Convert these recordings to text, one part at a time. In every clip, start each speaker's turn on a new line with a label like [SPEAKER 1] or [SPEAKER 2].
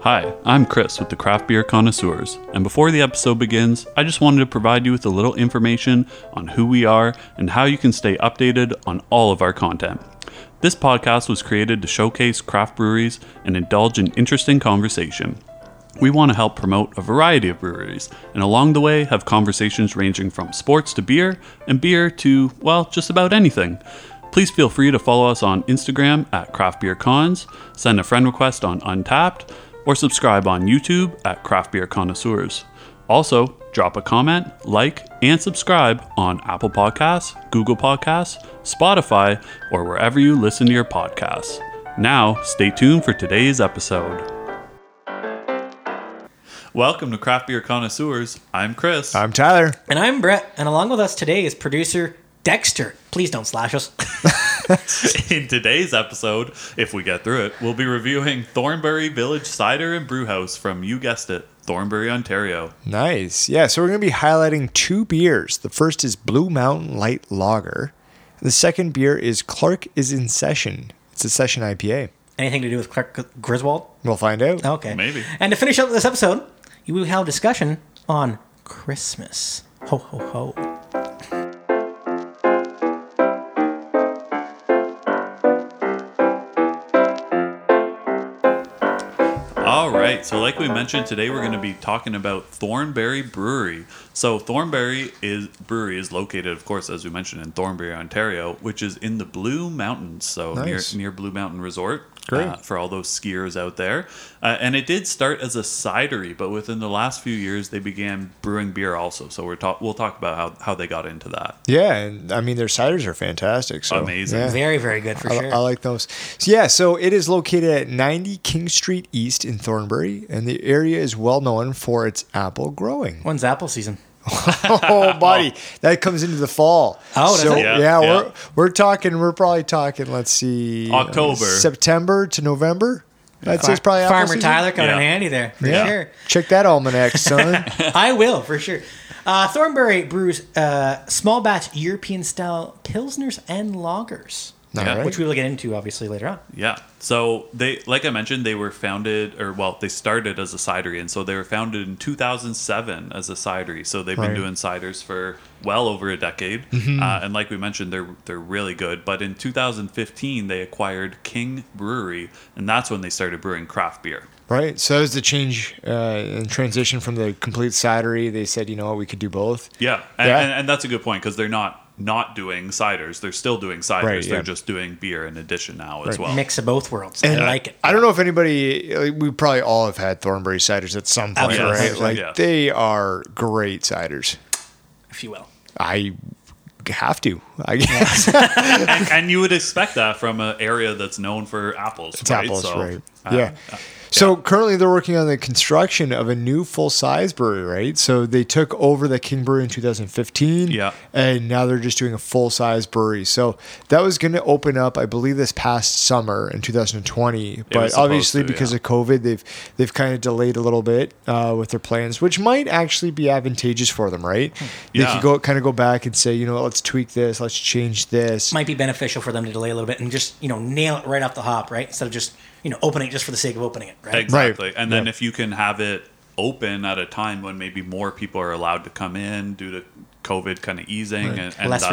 [SPEAKER 1] Hi, I'm Chris with the Craft Beer Connoisseurs, and before the episode begins, I just wanted to provide you with a little information on who we are and how you can stay updated on all of our content. This podcast was created to showcase craft breweries and indulge in interesting conversation. We want to help promote a variety of breweries, and along the way, have conversations ranging from sports to beer, and beer to, well, just about anything. Please feel free to follow us on Instagram at Craft Beer Cons, send a friend request on Untapped, or subscribe on YouTube at Craft Beer Connoisseurs. Also, drop a comment, like, and subscribe on Apple Podcasts, Google Podcasts, Spotify, or wherever you listen to your podcasts. Now, stay tuned for today's episode. Welcome to Craft Beer Connoisseurs. I'm Chris.
[SPEAKER 2] I'm Tyler.
[SPEAKER 3] And I'm Brett, and along with us today is producer Dexter. Please don't slash us.
[SPEAKER 1] In today's episode, if we get through it, we'll be reviewing Thornbury Village Cider and Brewhouse from, you guessed it, Thornbury, Ontario.
[SPEAKER 2] Nice. Yeah, so we're going to be highlighting two beers. The first is Blue Mountain Light Lager. The second beer is Clark is in Session. It's a session IPA.
[SPEAKER 3] Anything to do with Clark Griswold?
[SPEAKER 2] We'll find out.
[SPEAKER 3] Okay.
[SPEAKER 1] Maybe.
[SPEAKER 3] And to finish up this episode, we will have a discussion on Christmas. Ho, ho, ho.
[SPEAKER 1] All right, so like we mentioned today, we're going to be talking about Thornbury Brewery. So Thornbury is brewery is located, of course, as we mentioned, in Thornbury, Ontario, which is in the Blue Mountains, so
[SPEAKER 2] Nice.
[SPEAKER 1] near near Blue Mountain Resort.
[SPEAKER 2] Great.
[SPEAKER 1] uh, for all those skiers out there. Uh, and it did start as a cidery, but within the last few years, they began brewing beer also. So we're talk- we'll talk about how, how they got into that.
[SPEAKER 2] Yeah, and I mean, their ciders are fantastic. So,
[SPEAKER 1] Amazing.
[SPEAKER 2] yeah.
[SPEAKER 3] Very, very good for
[SPEAKER 2] I,
[SPEAKER 3] sure.
[SPEAKER 2] I like those. So yeah, so it is located at 90 King Street East in Thornbury, and the area is well known for its apple growing.
[SPEAKER 3] When's apple season?
[SPEAKER 2] oh, buddy, that comes into the fall.
[SPEAKER 3] Oh, does
[SPEAKER 2] so
[SPEAKER 3] it?
[SPEAKER 1] Yeah,
[SPEAKER 2] yeah,
[SPEAKER 1] yeah.
[SPEAKER 2] we're we're talking. We're probably talking. Let's see, uh,
[SPEAKER 1] October.
[SPEAKER 2] September to November. That's
[SPEAKER 3] Far-
[SPEAKER 2] probably apple
[SPEAKER 3] Farmer
[SPEAKER 2] season.
[SPEAKER 3] Tyler coming
[SPEAKER 1] Yeah.
[SPEAKER 3] in handy there for
[SPEAKER 2] Yeah.
[SPEAKER 3] sure.
[SPEAKER 2] Check that almanac, son.
[SPEAKER 3] I will for sure. Uh, Thornbury brews uh, small batch European style pilsners and lagers,
[SPEAKER 1] Yeah.
[SPEAKER 2] All right.
[SPEAKER 3] which we will get into obviously later on.
[SPEAKER 1] Yeah. So they, like I mentioned, they were founded, or well, they started as a cidery, and so they were founded in 2007 as a cidery. So they've been
[SPEAKER 2] Right. Mm-hmm.
[SPEAKER 1] doing ciders for well over a decade, uh, and like we mentioned, they're they're really good. But in 2015, they acquired King Brewery, and that's when they started brewing craft beer.
[SPEAKER 2] Right. So that was the change uh, and transition from the complete cidery. They said, you know what, we could do both.
[SPEAKER 1] Yeah, and,
[SPEAKER 2] Yeah.
[SPEAKER 1] And, and that's a good point because they're not not doing ciders; they're still doing ciders.
[SPEAKER 2] Right,
[SPEAKER 1] They're
[SPEAKER 2] yeah.
[SPEAKER 1] just doing beer in addition now as well.
[SPEAKER 3] Mix of both worlds.
[SPEAKER 2] And
[SPEAKER 3] I like it.
[SPEAKER 2] I don't know if anybody, like, we probably all have had Thornbury ciders at some point,
[SPEAKER 3] Absolutely.
[SPEAKER 2] right?
[SPEAKER 3] Yeah.
[SPEAKER 2] Like
[SPEAKER 1] Yeah.
[SPEAKER 2] they are great ciders.
[SPEAKER 3] if you will.
[SPEAKER 2] I have to, I guess.
[SPEAKER 1] and, and you would expect that from an area that's known for apples.
[SPEAKER 2] It's
[SPEAKER 1] right?
[SPEAKER 2] apples,
[SPEAKER 1] So,
[SPEAKER 2] right?
[SPEAKER 1] uh,
[SPEAKER 2] yeah. So currently they're working on the construction of a new full size brewery, right? So they took over the King Brewery in 2015.
[SPEAKER 1] Yeah.
[SPEAKER 2] And now they're just doing a full size brewery. So that was going to open up, I believe, this past summer in 2020. But
[SPEAKER 1] supposed
[SPEAKER 2] obviously
[SPEAKER 1] to,
[SPEAKER 2] because
[SPEAKER 1] yeah.
[SPEAKER 2] of COVID, they've they've kind of delayed a little bit uh, with their plans, which might actually be advantageous for them, right? They
[SPEAKER 1] Yeah.
[SPEAKER 2] could go kind of go back and say, you know, let's tweak this, let's change this.
[SPEAKER 3] might be beneficial for them to delay a little bit and just you know nail it right off the hop, right? Instead of just you know opening it just for the sake of opening it, right?
[SPEAKER 1] Exactly.
[SPEAKER 2] Right.
[SPEAKER 1] And then
[SPEAKER 2] Yeah.
[SPEAKER 1] if you can have it open at a time when maybe more people are allowed to come in due to COVID kind of easing and, and
[SPEAKER 3] Less
[SPEAKER 1] that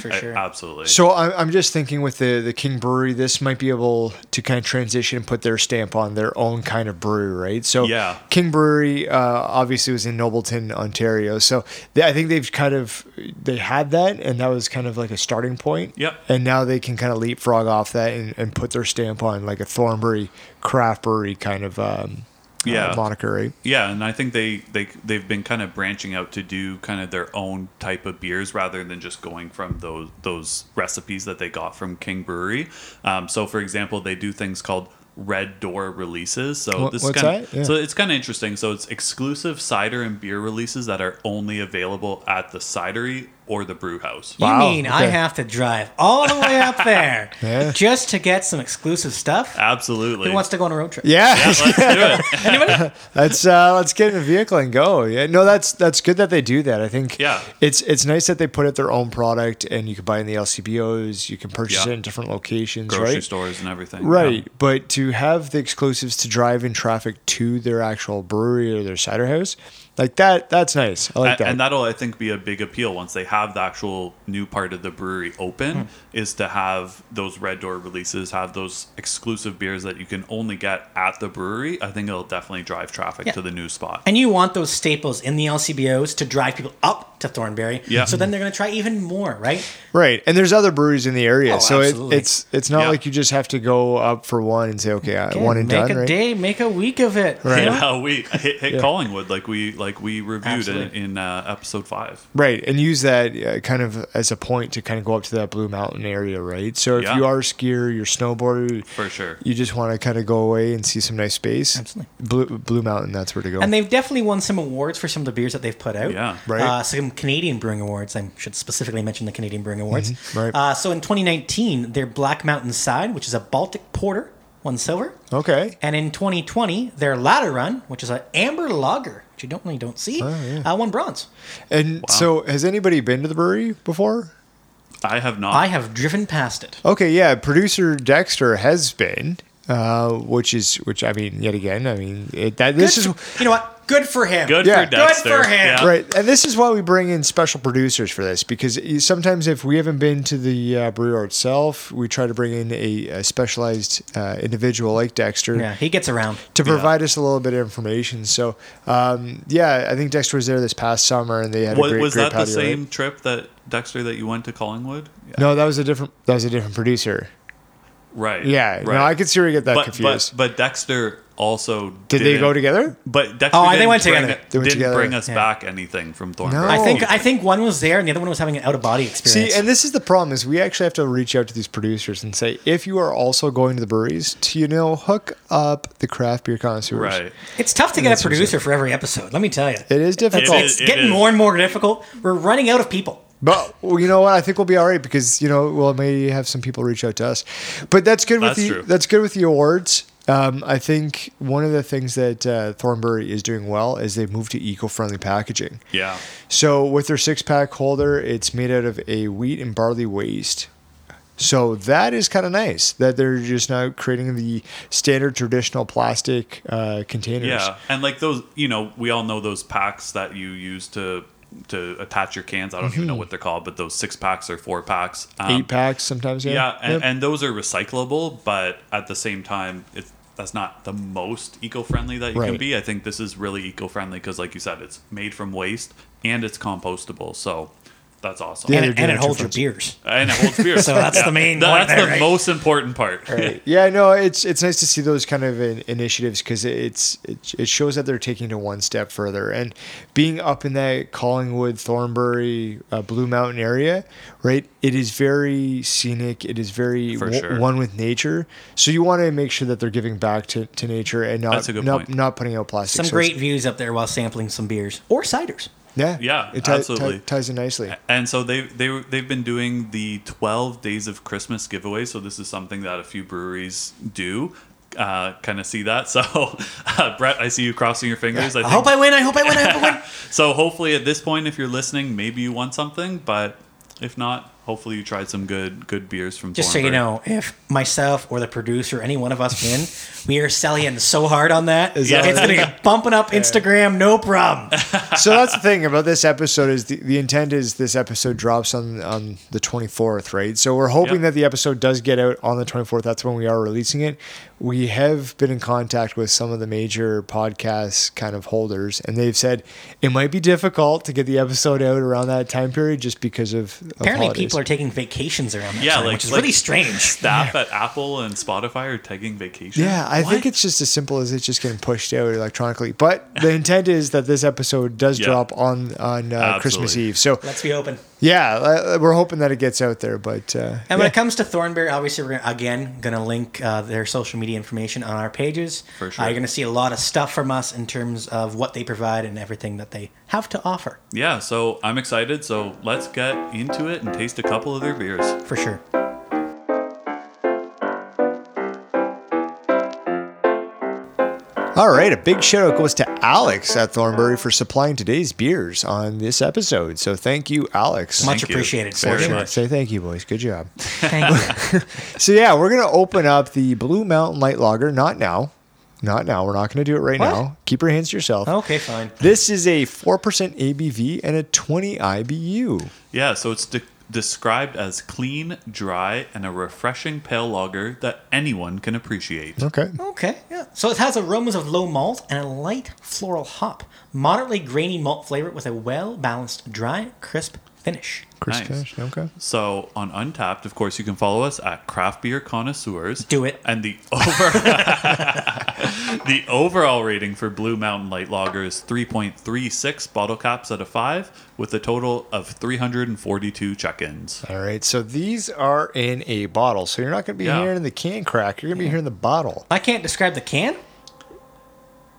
[SPEAKER 1] sort
[SPEAKER 3] for
[SPEAKER 1] of thing.
[SPEAKER 3] sure.
[SPEAKER 1] Uh, Absolutely.
[SPEAKER 2] So I'm, I'm just thinking with the, the King Brewery, this might be able to kind of transition and put their stamp on their own kind of brewery, right? So
[SPEAKER 1] Yeah.
[SPEAKER 2] King Brewery uh, obviously was in Nobleton, Ontario. So they, I think they've kind of they had that, and that was kind of like a starting point.
[SPEAKER 1] Yep.
[SPEAKER 2] And now they can kind of leapfrog off that and, and put their stamp on like a Thornbury craft brewery kind of um, uh,
[SPEAKER 1] Yeah.
[SPEAKER 2] moniker, right?
[SPEAKER 1] yeah, and I think they they they've been kind of branching out to do kind of their own type of beers rather than just going from those those recipes that they got from King Brewery. Um, so, for example, they do things called red door releases. So
[SPEAKER 2] What-
[SPEAKER 1] this
[SPEAKER 2] what's
[SPEAKER 1] is kind of
[SPEAKER 2] that? Yeah.
[SPEAKER 1] so it's kind of interesting. So it's exclusive cider and beer releases that are only available at the cidery or the brew house.
[SPEAKER 3] You
[SPEAKER 2] Wow,
[SPEAKER 3] mean I
[SPEAKER 2] okay.
[SPEAKER 3] have to drive all the way up there
[SPEAKER 2] Yeah.
[SPEAKER 3] just to get some exclusive stuff?
[SPEAKER 1] Absolutely.
[SPEAKER 3] Who wants to go on a road trip?
[SPEAKER 2] Yeah,
[SPEAKER 1] Let's do it.
[SPEAKER 2] let's uh, let's get in a vehicle and go. Yeah, no, that's that's good that they do that. I think
[SPEAKER 1] Yeah.
[SPEAKER 2] it's it's nice that they put out their own product and you can buy in the LCBOs, you can purchase
[SPEAKER 1] Yeah.
[SPEAKER 2] it in different locations,
[SPEAKER 1] Grocery
[SPEAKER 2] right?
[SPEAKER 1] stores and everything.
[SPEAKER 2] Right, but to have the exclusives to drive in traffic to their actual brewery or their cider house, like that, that's nice. I like
[SPEAKER 1] A-
[SPEAKER 2] that.
[SPEAKER 1] And that'll, I think, be a big appeal once they have the actual new part of the brewery open.
[SPEAKER 2] Hmm.
[SPEAKER 1] Is to have those red door releases, have those exclusive beers that you can only get at the brewery. I think it'll definitely drive traffic
[SPEAKER 3] Yeah.
[SPEAKER 1] to the new spot.
[SPEAKER 3] And you want those staples in the LCBOs to drive people up to Thornberry.
[SPEAKER 1] Yeah.
[SPEAKER 3] So then they're going to try even more, right?
[SPEAKER 2] right, and there's other breweries in the area,
[SPEAKER 3] Oh,
[SPEAKER 2] so it,
[SPEAKER 3] absolutely.
[SPEAKER 2] it's it's not
[SPEAKER 1] Yeah.
[SPEAKER 2] like you just have to go up for one and say, okay, I one and
[SPEAKER 3] make
[SPEAKER 2] done.
[SPEAKER 3] a
[SPEAKER 2] right?
[SPEAKER 3] day, make a week of it.
[SPEAKER 2] Right.
[SPEAKER 3] you know?
[SPEAKER 1] Yeah, we hit, hit Collingwood like we like we reviewed in,
[SPEAKER 3] Absolutely.
[SPEAKER 1] in uh, episode five.
[SPEAKER 2] Right, and use that uh, kind of as a point to kind of go up to that Blue Mountain area, right? So if
[SPEAKER 1] Yeah.
[SPEAKER 2] you are a skier, you're a snowboarder,
[SPEAKER 1] For sure.
[SPEAKER 2] you just want to kind of go away and see some nice space.
[SPEAKER 3] Absolutely.
[SPEAKER 2] Blue, Blue Mountain, that's where to go.
[SPEAKER 3] And they've definitely won some awards for some of the beers that they've put out.
[SPEAKER 1] Oh. Yeah.
[SPEAKER 2] Right.
[SPEAKER 3] Uh, some Canadian Brewing Awards. I should specifically mention the Canadian Brewing Awards.
[SPEAKER 2] Mm-hmm. right.
[SPEAKER 3] Uh, so in 2019, their Black Mountain Side, which is a Baltic Porter, won silver.
[SPEAKER 2] okay,
[SPEAKER 3] And in 2020, their Ladder Run, which is an amber lager, which you don't really don't see,
[SPEAKER 2] Oh,
[SPEAKER 3] uh, won bronze.
[SPEAKER 2] and so has anybody been to the brewery before?
[SPEAKER 1] I have not.
[SPEAKER 3] I have driven past it.
[SPEAKER 2] Okay, yeah, producer Dexter has been, uh, which is which. I mean, yet again, I mean it, that this
[SPEAKER 3] Good
[SPEAKER 2] is
[SPEAKER 3] for- you know what? Good for him.
[SPEAKER 1] good
[SPEAKER 2] Yeah.
[SPEAKER 1] for
[SPEAKER 2] Good
[SPEAKER 1] Dexter.
[SPEAKER 3] for him.
[SPEAKER 1] Yeah.
[SPEAKER 2] right, and this is why we bring in special producers for this because you- sometimes if we haven't been to the uh, brewer itself, we try to bring in a, a specialized uh, individual like Dexter
[SPEAKER 3] Yeah, he gets around.
[SPEAKER 2] to provide us a little bit of information. So, um, yeah, I think Dexter was there this past summer, and they had
[SPEAKER 1] Was,
[SPEAKER 2] a great,
[SPEAKER 1] was
[SPEAKER 2] great
[SPEAKER 1] that the
[SPEAKER 2] patio, right?
[SPEAKER 1] same trip that Dexter that you went to Collingwood? Yeah.
[SPEAKER 2] No, that was a different. That was a different producer.
[SPEAKER 1] Right.
[SPEAKER 2] Yeah,
[SPEAKER 1] Right.
[SPEAKER 2] no, I could see where you get that
[SPEAKER 1] but,
[SPEAKER 2] confused.
[SPEAKER 1] But, but Dexter also
[SPEAKER 2] Did they go
[SPEAKER 1] didn't-
[SPEAKER 2] together?
[SPEAKER 1] But Dexter
[SPEAKER 3] Oh, they
[SPEAKER 1] didn't
[SPEAKER 3] went
[SPEAKER 1] bring,
[SPEAKER 3] together.
[SPEAKER 2] They
[SPEAKER 1] Didn't
[SPEAKER 2] went together.
[SPEAKER 1] bring us
[SPEAKER 3] Yeah.
[SPEAKER 1] back anything from Thornberry.
[SPEAKER 2] No.
[SPEAKER 3] I think
[SPEAKER 2] Oh.
[SPEAKER 3] I think one was there and the other one was having an out of body
[SPEAKER 2] See,
[SPEAKER 3] experience.
[SPEAKER 2] and this is the problem is we actually have to reach out to these producers and say, if you are also going to the breweries, to you know, hook up the craft beer connoisseurs.
[SPEAKER 1] right.
[SPEAKER 3] it's tough to get a
[SPEAKER 2] That's what I'm saying.
[SPEAKER 3] producer for every episode. Let me tell you,
[SPEAKER 2] It is
[SPEAKER 3] It's,
[SPEAKER 2] difficult.
[SPEAKER 3] it's
[SPEAKER 1] It
[SPEAKER 3] getting
[SPEAKER 1] is.
[SPEAKER 3] more and more difficult. We're running out of people.
[SPEAKER 2] But well, you know what? I think we'll be all right because you know we'll maybe have some people reach out to us. But that's good with
[SPEAKER 1] That's
[SPEAKER 2] the
[SPEAKER 1] true.
[SPEAKER 2] that's good with the awards. Um, I think one of the things that uh, Thornbury is doing well is they've moved to eco-friendly packaging.
[SPEAKER 1] Yeah.
[SPEAKER 2] So with their six-pack holder, it's made out of a wheat and barley waste. So that is kind of nice that they're just now creating the standard traditional plastic uh, containers.
[SPEAKER 1] Yeah. And like those, you know, we all know those packs that you use to to attach your cans. I don't even know
[SPEAKER 3] Mm-hmm.
[SPEAKER 1] what they're called, but those six packs or four packs. Um,
[SPEAKER 2] Eight packs sometimes. Yeah.
[SPEAKER 1] Yeah, and,
[SPEAKER 2] Yep.
[SPEAKER 1] and those are recyclable, but at the same time, it's that's not the most eco-friendly that you can
[SPEAKER 2] Right.
[SPEAKER 1] be. I think this is really eco-friendly because, like you said, it's made from waste and it's compostable. So that's awesome.
[SPEAKER 2] Yeah,
[SPEAKER 1] And,
[SPEAKER 2] they're
[SPEAKER 3] and,
[SPEAKER 2] doing
[SPEAKER 3] and it
[SPEAKER 2] it
[SPEAKER 3] holds
[SPEAKER 2] for
[SPEAKER 3] your
[SPEAKER 2] fun.
[SPEAKER 3] beers.
[SPEAKER 1] it holds beer.
[SPEAKER 3] So that's the main
[SPEAKER 1] Th-
[SPEAKER 3] point
[SPEAKER 1] That's
[SPEAKER 3] there,
[SPEAKER 1] the
[SPEAKER 3] right?
[SPEAKER 1] most important part.
[SPEAKER 2] yeah, no, it's it's nice to see those kind of in, initiatives because it's it, it shows that they're taking it one step further and being up in that Collingwood, Thornbury, uh, Blue Mountain area, right? It is very scenic. It is very
[SPEAKER 1] For
[SPEAKER 2] w-
[SPEAKER 1] sure.
[SPEAKER 2] one with nature. So you want to make sure that they're giving back to, to nature and not
[SPEAKER 1] That's a good
[SPEAKER 2] not,
[SPEAKER 1] point.
[SPEAKER 2] not putting out plastic.
[SPEAKER 3] Some
[SPEAKER 2] So
[SPEAKER 3] great
[SPEAKER 2] it's-
[SPEAKER 3] views up there while sampling some beers or ciders.
[SPEAKER 2] yeah,
[SPEAKER 1] Yeah,
[SPEAKER 2] it ti- ti-
[SPEAKER 1] absolutely.
[SPEAKER 2] ties in nicely.
[SPEAKER 1] And so they they they've been doing the 12 days of Christmas giveaway. So this is something that a few breweries do. Uh, kind of see that. So uh, Brett, I see you crossing your fingers. I
[SPEAKER 3] I
[SPEAKER 1] think
[SPEAKER 3] hope I win. I hope I win. I hope I win.
[SPEAKER 1] So hopefully at this point, if you're listening, maybe you want something, but if not, hopefully you tried some good good beers from.
[SPEAKER 3] Just so you
[SPEAKER 1] Thornburg.
[SPEAKER 3] know, if myself or the producer, any one of us win, we are selling so hard on that.
[SPEAKER 2] that
[SPEAKER 3] it's
[SPEAKER 2] what
[SPEAKER 3] going to get bumping up Instagram, no problem.
[SPEAKER 2] so that's the thing about this episode is the, the intent is this episode drops on on the 24th right so we're hoping
[SPEAKER 1] Yep.
[SPEAKER 2] that the episode does get out on the 24th that's when we are releasing it we have been in contact with some of the major podcast kind of holders and they've said it might be difficult to get the episode out around that time period just because of of
[SPEAKER 3] Apparently,
[SPEAKER 2] holidays.
[SPEAKER 3] people are taking vacations around that
[SPEAKER 1] Yeah,
[SPEAKER 3] time,
[SPEAKER 1] like-
[SPEAKER 3] which is
[SPEAKER 1] like-
[SPEAKER 3] really strange.
[SPEAKER 1] staff at Apple and Spotify are taking vacation.
[SPEAKER 2] yeah, I think
[SPEAKER 1] What?
[SPEAKER 2] it's just as simple as it's just getting pushed out electronically. But the intent is that this episode does
[SPEAKER 1] Yeah.
[SPEAKER 2] drop on on uh, Christmas
[SPEAKER 1] Absolutely.
[SPEAKER 2] Eve. So
[SPEAKER 3] Let's be open.
[SPEAKER 2] Yeah, uh, we're hoping that it gets out there, but uh,
[SPEAKER 3] And when
[SPEAKER 2] yeah.
[SPEAKER 3] it comes to Thornberry, obviously, we're gonna, again going to link uh, their social media information on our pages.
[SPEAKER 1] For
[SPEAKER 3] Uh,
[SPEAKER 1] sure.
[SPEAKER 3] you're going to see a lot of stuff from us in terms of what they provide and everything that they have to offer
[SPEAKER 1] Yeah, so I'm excited. So let's get into it and taste a couple of their beers.
[SPEAKER 3] for sure.
[SPEAKER 2] All right, a big shout out goes to Alex at Thornbury for supplying today's beers on this episode. So thank you, Alex.
[SPEAKER 3] Much
[SPEAKER 1] Thank you
[SPEAKER 3] appreciated.
[SPEAKER 1] very
[SPEAKER 3] Fortune.
[SPEAKER 1] much.
[SPEAKER 2] Say thank you, boys. Good job.
[SPEAKER 3] Thank you.
[SPEAKER 2] So yeah, we're gonna open up the Blue Mountain Light Lager. Not now, not now. We're not gonna do it right
[SPEAKER 3] What?
[SPEAKER 2] now. Keep your hands to yourself.
[SPEAKER 3] okay, fine.
[SPEAKER 2] This is a four percent ABV and a twenty IBU.
[SPEAKER 1] Yeah, so it's de- described as clean, dry, and a refreshing pale lager that anyone can appreciate.
[SPEAKER 2] Okay.
[SPEAKER 3] Okay, yeah. So it has aromas of low malt and a light floral hop, moderately grainy malt flavor with a well balanced, dry, crisp finish.
[SPEAKER 2] Chris
[SPEAKER 1] Nice.
[SPEAKER 2] Cash. Okay.
[SPEAKER 1] So on Untapped, of course, you can follow us at Craft Beer Connoisseurs.
[SPEAKER 3] Do it.
[SPEAKER 1] And the over the overall rating for Blue Mountain Light Lager is 3.36 bottle caps out of five, with a total of 342 check-ins.
[SPEAKER 2] All right. So these are in a bottle. So you're not gonna be
[SPEAKER 1] Yeah.
[SPEAKER 2] hearing the can crack. You're gonna be hearing the bottle.
[SPEAKER 3] I can't describe the can.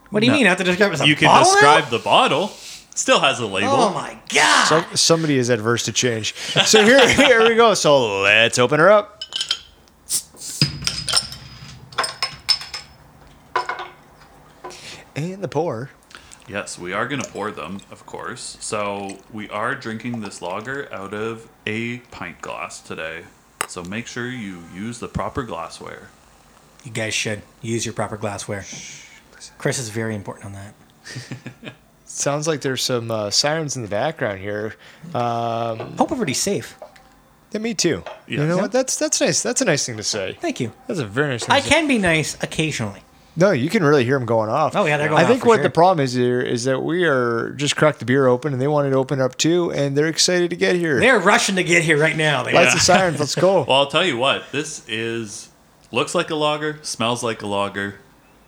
[SPEAKER 3] What do you
[SPEAKER 1] No.
[SPEAKER 3] mean? I have to describe it as a
[SPEAKER 1] You can
[SPEAKER 3] bottle now?
[SPEAKER 1] describe the bottle. Still has a label.
[SPEAKER 3] Oh my god!
[SPEAKER 2] So somebody is adverse to change. So here, here we go. So let's open her up. And the pour.
[SPEAKER 1] Yes, we are going to pour them, of course. So we are drinking this lager out of a pint glass today. So make sure you use the proper glassware.
[SPEAKER 3] you guys should use your proper glassware. Chris is very important on that.
[SPEAKER 2] Sounds like there's some uh, sirens in the background here.
[SPEAKER 3] Hope everybody's safe.
[SPEAKER 2] Yeah, me too.
[SPEAKER 1] Yeah.
[SPEAKER 2] You know what? That's that's nice. That's a nice thing to say.
[SPEAKER 3] Thank you.
[SPEAKER 2] That's a very nice. Thing
[SPEAKER 3] I
[SPEAKER 2] to say.
[SPEAKER 3] can be nice occasionally.
[SPEAKER 2] No, you can really hear them going off.
[SPEAKER 3] Oh, yeah, they're going
[SPEAKER 2] I think
[SPEAKER 3] off for
[SPEAKER 2] what
[SPEAKER 3] sure.
[SPEAKER 2] the problem is here is that we are just cracked the beer open, and they wanted to open up too, and they're excited to get here.
[SPEAKER 3] They're rushing to get here right now. They
[SPEAKER 2] Lights the sirens. Let's go.
[SPEAKER 1] Well, I'll tell you what, this is looks like a lager, smells like a lager.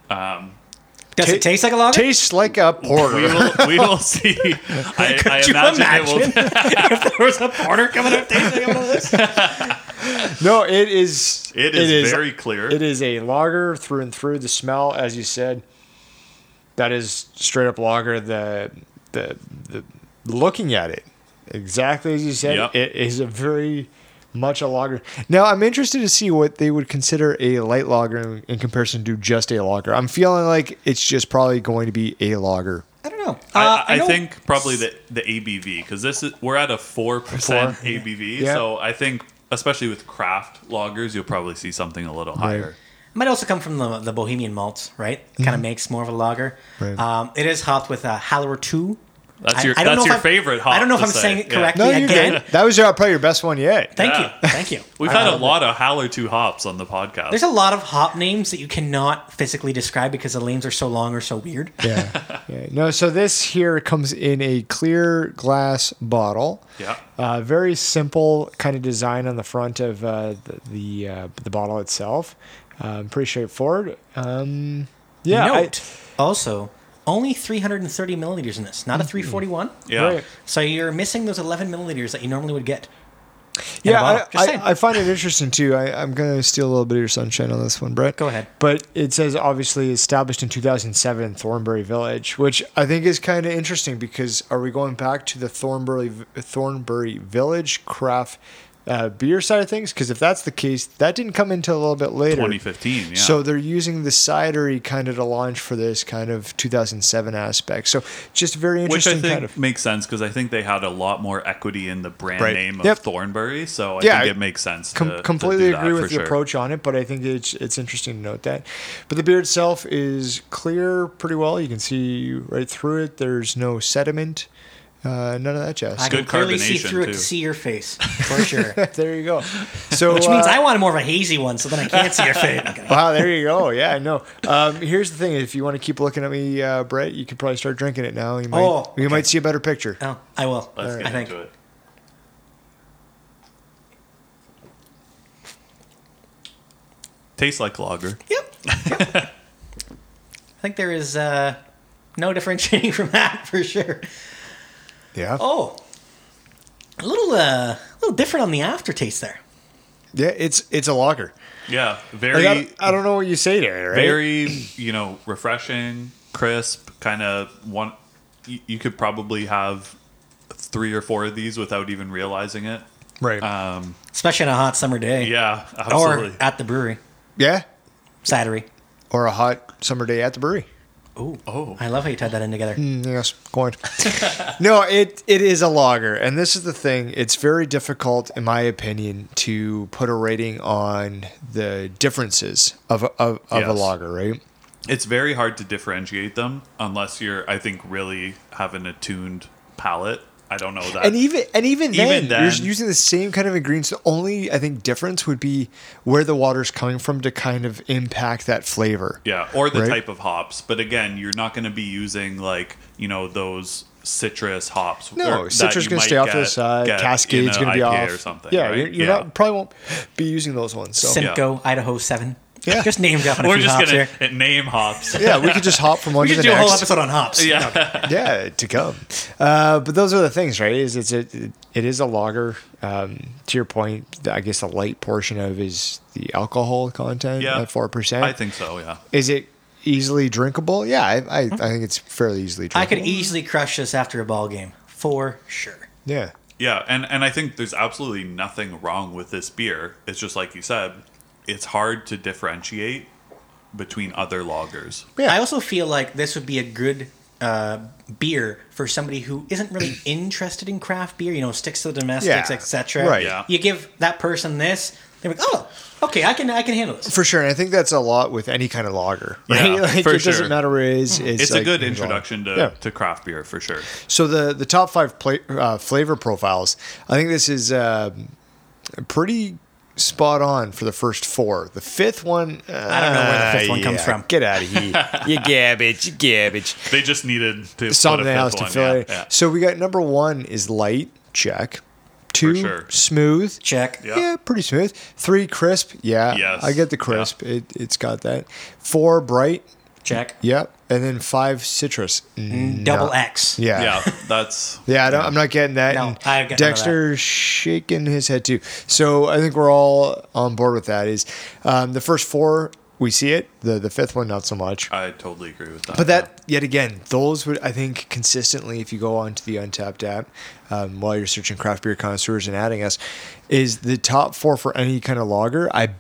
[SPEAKER 3] Does it
[SPEAKER 2] Ta-
[SPEAKER 3] taste like a lager?
[SPEAKER 2] Tastes like a porter.
[SPEAKER 1] We will, we will see. I,
[SPEAKER 3] Could
[SPEAKER 1] I
[SPEAKER 3] you
[SPEAKER 1] imagine,
[SPEAKER 3] imagine,
[SPEAKER 1] it will.
[SPEAKER 3] if there was a porter coming up tasting like a lager?
[SPEAKER 2] No, it is.
[SPEAKER 1] It is, very clear.
[SPEAKER 2] It is a lager through and through. The smell, as you said, that is straight up lager. The the the looking at it, exactly as you said,
[SPEAKER 1] Yep.
[SPEAKER 2] it is a very much a lager. Now I'm interested to see what they would consider a light lager in, in comparison to just a lager. I'm feeling like it's just probably going to be a lager.
[SPEAKER 3] I don't know.
[SPEAKER 1] I,
[SPEAKER 3] Uh,
[SPEAKER 1] I
[SPEAKER 3] know-
[SPEAKER 1] think probably the the ABV because this is we're at a four percent
[SPEAKER 2] Four.
[SPEAKER 1] ABV.
[SPEAKER 2] Yeah.
[SPEAKER 1] So I think especially with craft lagers, you'll probably see something a little higher.
[SPEAKER 3] It might also come from the, the Bohemian malts, right? Kind
[SPEAKER 1] Mm-hmm.
[SPEAKER 3] of makes more of a lager.
[SPEAKER 2] Right.
[SPEAKER 3] Um, it is hopped with a Hallower 2.
[SPEAKER 1] That's your- that's
[SPEAKER 3] know if
[SPEAKER 1] your
[SPEAKER 3] I'm-
[SPEAKER 1] favorite hop
[SPEAKER 3] I don't know if
[SPEAKER 1] to
[SPEAKER 3] I'm
[SPEAKER 1] say,
[SPEAKER 3] saying it
[SPEAKER 1] yeah.
[SPEAKER 3] correctly
[SPEAKER 2] No, you're
[SPEAKER 3] again.
[SPEAKER 2] good. That was your, probably your best one yet.
[SPEAKER 3] Thank
[SPEAKER 1] Yeah.
[SPEAKER 3] you. Thank you.
[SPEAKER 1] We've had a lot of Howler two hops on the podcast.
[SPEAKER 3] There's a lot of hop names that you cannot physically describe because the names are so long or so weird.
[SPEAKER 2] yeah. yeah. No, so this here comes in a clear glass bottle.
[SPEAKER 1] Yeah.
[SPEAKER 2] Uh, very simple kind of design on the front of uh, the the, uh, the bottle itself. Um, pretty straightforward. Um, yeah. I-
[SPEAKER 3] Note also, only 330 milliliters in this, not a 341.
[SPEAKER 1] Mm-hmm. yeah.
[SPEAKER 2] right.
[SPEAKER 3] So you're missing those 11 milliliters that you normally would get. in a
[SPEAKER 2] Yeah,
[SPEAKER 3] bottle.
[SPEAKER 2] I,
[SPEAKER 3] Just saying.
[SPEAKER 2] I, I find it interesting too. I, I'm going to steal a little bit of your sunshine on this one, Brett.
[SPEAKER 3] Go ahead.
[SPEAKER 2] But it says obviously established in 2007 in Thornbury Village, which I think is kind of interesting because are we going back to the Thornbury Thornbury Village craft uh, beer side of things? Because if that's the case, that didn't come until a little bit later,
[SPEAKER 1] 2015, yeah.
[SPEAKER 2] So they're using the cidery kind of to launch for this kind of 2007 aspect. So just very
[SPEAKER 1] Which I
[SPEAKER 2] interesting
[SPEAKER 1] think
[SPEAKER 2] kind of.
[SPEAKER 1] makes sense because I think they had a lot more equity in the brand
[SPEAKER 2] Right.
[SPEAKER 1] name
[SPEAKER 2] Yep.
[SPEAKER 1] of Thornbury, so I
[SPEAKER 2] Yeah,
[SPEAKER 1] think
[SPEAKER 2] I
[SPEAKER 1] it makes sense.
[SPEAKER 2] Com-
[SPEAKER 1] to- to
[SPEAKER 2] completely
[SPEAKER 1] do that
[SPEAKER 2] agree
[SPEAKER 1] for
[SPEAKER 2] with the
[SPEAKER 1] sure.
[SPEAKER 2] approach on it, but I think it's it's interesting to note that. But the beer itself is clear pretty well. You can see right through it. There's no sediment, uh, none of that jazz.
[SPEAKER 3] I can
[SPEAKER 1] good
[SPEAKER 3] clearly see
[SPEAKER 1] carbonation,
[SPEAKER 3] through it
[SPEAKER 1] too.
[SPEAKER 3] to see your face for sure.
[SPEAKER 2] there you go. So
[SPEAKER 3] Which means
[SPEAKER 2] uh,
[SPEAKER 3] I wanted more of a hazy one, so then I can't see your face.
[SPEAKER 2] Wow, there you go. Yeah, I know. Um, here's the thing: if you want to keep looking at me, uh, Brett, you could probably start drinking it now. You might,
[SPEAKER 3] Oh,
[SPEAKER 2] you might see a better picture.
[SPEAKER 3] No, oh, I will.
[SPEAKER 1] Let's
[SPEAKER 3] I
[SPEAKER 1] get
[SPEAKER 3] think.
[SPEAKER 1] into it. Tastes like lager.
[SPEAKER 3] Yep. Yep. I think there is uh, no differentiating from that for sure.
[SPEAKER 2] Yeah,
[SPEAKER 3] Oh, a little, uh, a little different on the aftertaste there.
[SPEAKER 2] yeah. It's it's a lager.
[SPEAKER 1] Yeah,
[SPEAKER 2] Like,
[SPEAKER 1] very,
[SPEAKER 2] I, don't- I don't know what you say there. Right?
[SPEAKER 1] very, you know, refreshing, crisp, kind of one y- you could probably have three or four of these without even realizing it.
[SPEAKER 2] Right.
[SPEAKER 3] uh,
[SPEAKER 1] Um,
[SPEAKER 3] especially on a hot summer day.
[SPEAKER 1] yeah,
[SPEAKER 3] Or
[SPEAKER 1] absolutely.
[SPEAKER 3] at the brewery,
[SPEAKER 2] yeah.
[SPEAKER 3] Saturday.
[SPEAKER 2] Or a hot summer day at the brewery.
[SPEAKER 3] Oh,
[SPEAKER 1] Oh.
[SPEAKER 3] I love how you tied that in together.
[SPEAKER 2] Mm, Yes, going. no, it it is a lager, and this is the thing. It's very difficult, in my opinion, to put a rating on the differences of of, of a
[SPEAKER 1] Yes.
[SPEAKER 2] lager, right?
[SPEAKER 1] it's very hard to differentiate them unless you're, I think, really have an attuned palate. I don't know that.
[SPEAKER 2] And even and even,
[SPEAKER 1] Even
[SPEAKER 2] then, you're
[SPEAKER 1] then-
[SPEAKER 2] using the same kind of ingredients. The only I think difference would be where the water's coming from to kind of impact that flavor.
[SPEAKER 1] Yeah, or the
[SPEAKER 2] Right?
[SPEAKER 1] type of hops. But again, you're not going to be using like you know those citrus hops.
[SPEAKER 2] No,
[SPEAKER 1] or- that
[SPEAKER 2] citrus
[SPEAKER 1] you
[SPEAKER 2] gonna
[SPEAKER 1] might
[SPEAKER 2] stay off to the
[SPEAKER 1] get-
[SPEAKER 2] side.
[SPEAKER 1] get
[SPEAKER 2] Cascade's
[SPEAKER 1] in a
[SPEAKER 2] gonna be
[SPEAKER 1] IPA
[SPEAKER 2] off
[SPEAKER 1] or something.
[SPEAKER 2] Yeah,
[SPEAKER 1] right?
[SPEAKER 2] you're, you're
[SPEAKER 1] Yeah.
[SPEAKER 2] not probably won't be using those ones. So
[SPEAKER 3] Simcoe, Idaho 7.
[SPEAKER 2] Yeah.
[SPEAKER 3] Just name dropping a
[SPEAKER 1] We're
[SPEAKER 3] few
[SPEAKER 1] just
[SPEAKER 3] hops
[SPEAKER 1] gonna
[SPEAKER 3] here.
[SPEAKER 1] name hops.
[SPEAKER 2] yeah, we could just hop from one
[SPEAKER 3] We
[SPEAKER 2] to the
[SPEAKER 3] should do a
[SPEAKER 2] next.
[SPEAKER 3] whole episode on hops.
[SPEAKER 1] yeah,
[SPEAKER 2] yeah, to come. Uh, but those are the things, right? Is it's a, it is a lager. Um, to your point, I guess the light portion of is the alcohol content
[SPEAKER 1] Yeah.
[SPEAKER 2] at four percent.
[SPEAKER 1] I think so. Yeah,
[SPEAKER 2] Is it easily drinkable? Yeah, I, I, I think it's fairly easily
[SPEAKER 3] I
[SPEAKER 2] drinkable.
[SPEAKER 3] could easily crush this after a ball game, for sure.
[SPEAKER 2] Yeah.
[SPEAKER 1] yeah, and and I think there's absolutely nothing wrong with this beer. It's just like you said, it's hard to differentiate between other lagers.
[SPEAKER 2] Yeah.
[SPEAKER 3] I also feel like this would be a good uh, beer for somebody who isn't really interested in craft beer. You know, sticks to the domestics,
[SPEAKER 2] Yeah.
[SPEAKER 3] etc.
[SPEAKER 2] Right.
[SPEAKER 1] Yeah.
[SPEAKER 3] You give that person this, they're like, oh, okay, I can, I can handle this.
[SPEAKER 2] For sure, and I think that's a lot with any kind of lager. Right?
[SPEAKER 1] Yeah,
[SPEAKER 2] like
[SPEAKER 1] for
[SPEAKER 2] it
[SPEAKER 1] sure.
[SPEAKER 2] doesn't matter where it is. It's,
[SPEAKER 1] It's, a
[SPEAKER 2] like-
[SPEAKER 1] good introduction to,
[SPEAKER 2] Yeah.
[SPEAKER 1] to craft beer for sure.
[SPEAKER 2] So the the top five pla uh, flavor profiles, I think this is uh, pretty spot on for the first four. The fifth one,
[SPEAKER 3] I don't know where the fifth
[SPEAKER 2] uh,
[SPEAKER 3] one comes
[SPEAKER 2] yeah,
[SPEAKER 3] from.
[SPEAKER 2] Get out of here, you garbage, you garbage.
[SPEAKER 1] They just needed to put a
[SPEAKER 2] Something
[SPEAKER 1] fifth
[SPEAKER 2] else to
[SPEAKER 1] one,
[SPEAKER 2] fill
[SPEAKER 1] yeah,
[SPEAKER 2] it.
[SPEAKER 1] yeah.
[SPEAKER 2] So we got number one is light, check. Two
[SPEAKER 1] sure.
[SPEAKER 2] smooth,
[SPEAKER 3] Check.
[SPEAKER 1] Yeah.
[SPEAKER 2] yeah, pretty smooth. Three crisp, yeah,
[SPEAKER 1] Yes,
[SPEAKER 2] I get the
[SPEAKER 1] yeah.
[SPEAKER 2] crisp. It it's got that. Four bright,
[SPEAKER 3] Check.
[SPEAKER 2] yep, and then five citrus. Mm,
[SPEAKER 3] Double
[SPEAKER 2] no.
[SPEAKER 3] X.
[SPEAKER 2] Yeah,
[SPEAKER 1] Yeah, that's
[SPEAKER 2] yeah, I don't, I'm not getting that.
[SPEAKER 3] No,
[SPEAKER 2] and
[SPEAKER 3] I get none of
[SPEAKER 2] Dexter shaking his head too. So I think we're all on board with that. Is um, the first four we see it, the the fifth one not so
[SPEAKER 3] Uh,
[SPEAKER 2] much.
[SPEAKER 1] I totally agree with that.
[SPEAKER 2] But
[SPEAKER 1] yeah.
[SPEAKER 2] that yet again, those would I think consistently, if you go onto the Untapped app um, while you're searching craft beer connoisseurs and adding us, is the top four for any kind of lager. I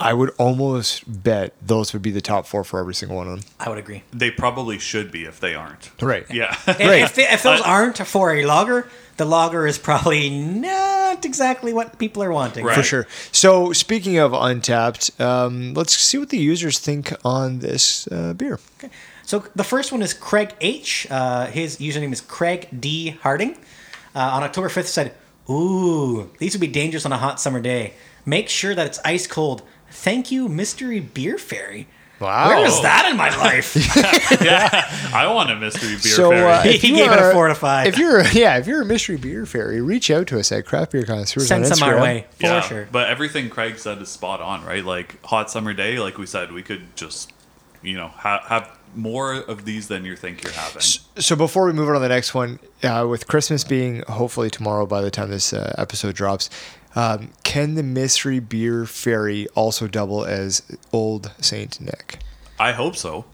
[SPEAKER 2] I would almost bet those would be the top four for every single one of them.
[SPEAKER 3] I would agree.
[SPEAKER 1] they probably should be if they aren't.
[SPEAKER 2] Right.
[SPEAKER 1] Yeah.
[SPEAKER 3] And
[SPEAKER 2] Great.
[SPEAKER 3] If, they- if those
[SPEAKER 1] I-
[SPEAKER 3] aren't for a logger, the logger is probably not exactly what people are wanting.
[SPEAKER 1] Right.
[SPEAKER 2] For sure. So, speaking of Untapped, um, let's see what the users think on this uh, beer.
[SPEAKER 3] So the first one is Craig H. Uh, his username is Craig D. Harding. Uh, on October 5th said, Ooh, these would be dangerous on a hot summer day. Make sure that it's ice cold. Thank you, Mystery Beer Fairy.
[SPEAKER 2] Wow.
[SPEAKER 3] Where is that in my life?
[SPEAKER 1] I want a mystery beer
[SPEAKER 2] So,
[SPEAKER 1] fairy.
[SPEAKER 2] uh,
[SPEAKER 3] He
[SPEAKER 2] if you
[SPEAKER 3] gave it a
[SPEAKER 2] are-
[SPEAKER 3] four to five.
[SPEAKER 2] If you're, yeah, if you're a mystery beer fairy, reach out to us at Craft Beer Connoisseurs
[SPEAKER 3] Send
[SPEAKER 2] on
[SPEAKER 3] some our
[SPEAKER 2] Instagram.
[SPEAKER 3] way, for
[SPEAKER 1] yeah,
[SPEAKER 3] sure.
[SPEAKER 1] But everything Craig said is spot on, right? Like hot summer day, like we said, we could just, you know, ha- have more of these than you think you're having.
[SPEAKER 2] So, before we move on to the next one, uh, with Christmas being hopefully tomorrow by the time this uh, episode drops, um, can the mystery beer fairy also double as Old Saint Nick?
[SPEAKER 1] I hope so.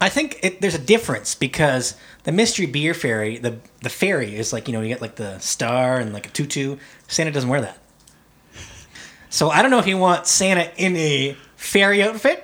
[SPEAKER 3] I think it, there's a difference because the mystery beer fairy, the the fairy is like you know you get like the star and like a tutu. Santa doesn't wear that, so I don't know if you want Santa in a fairy outfit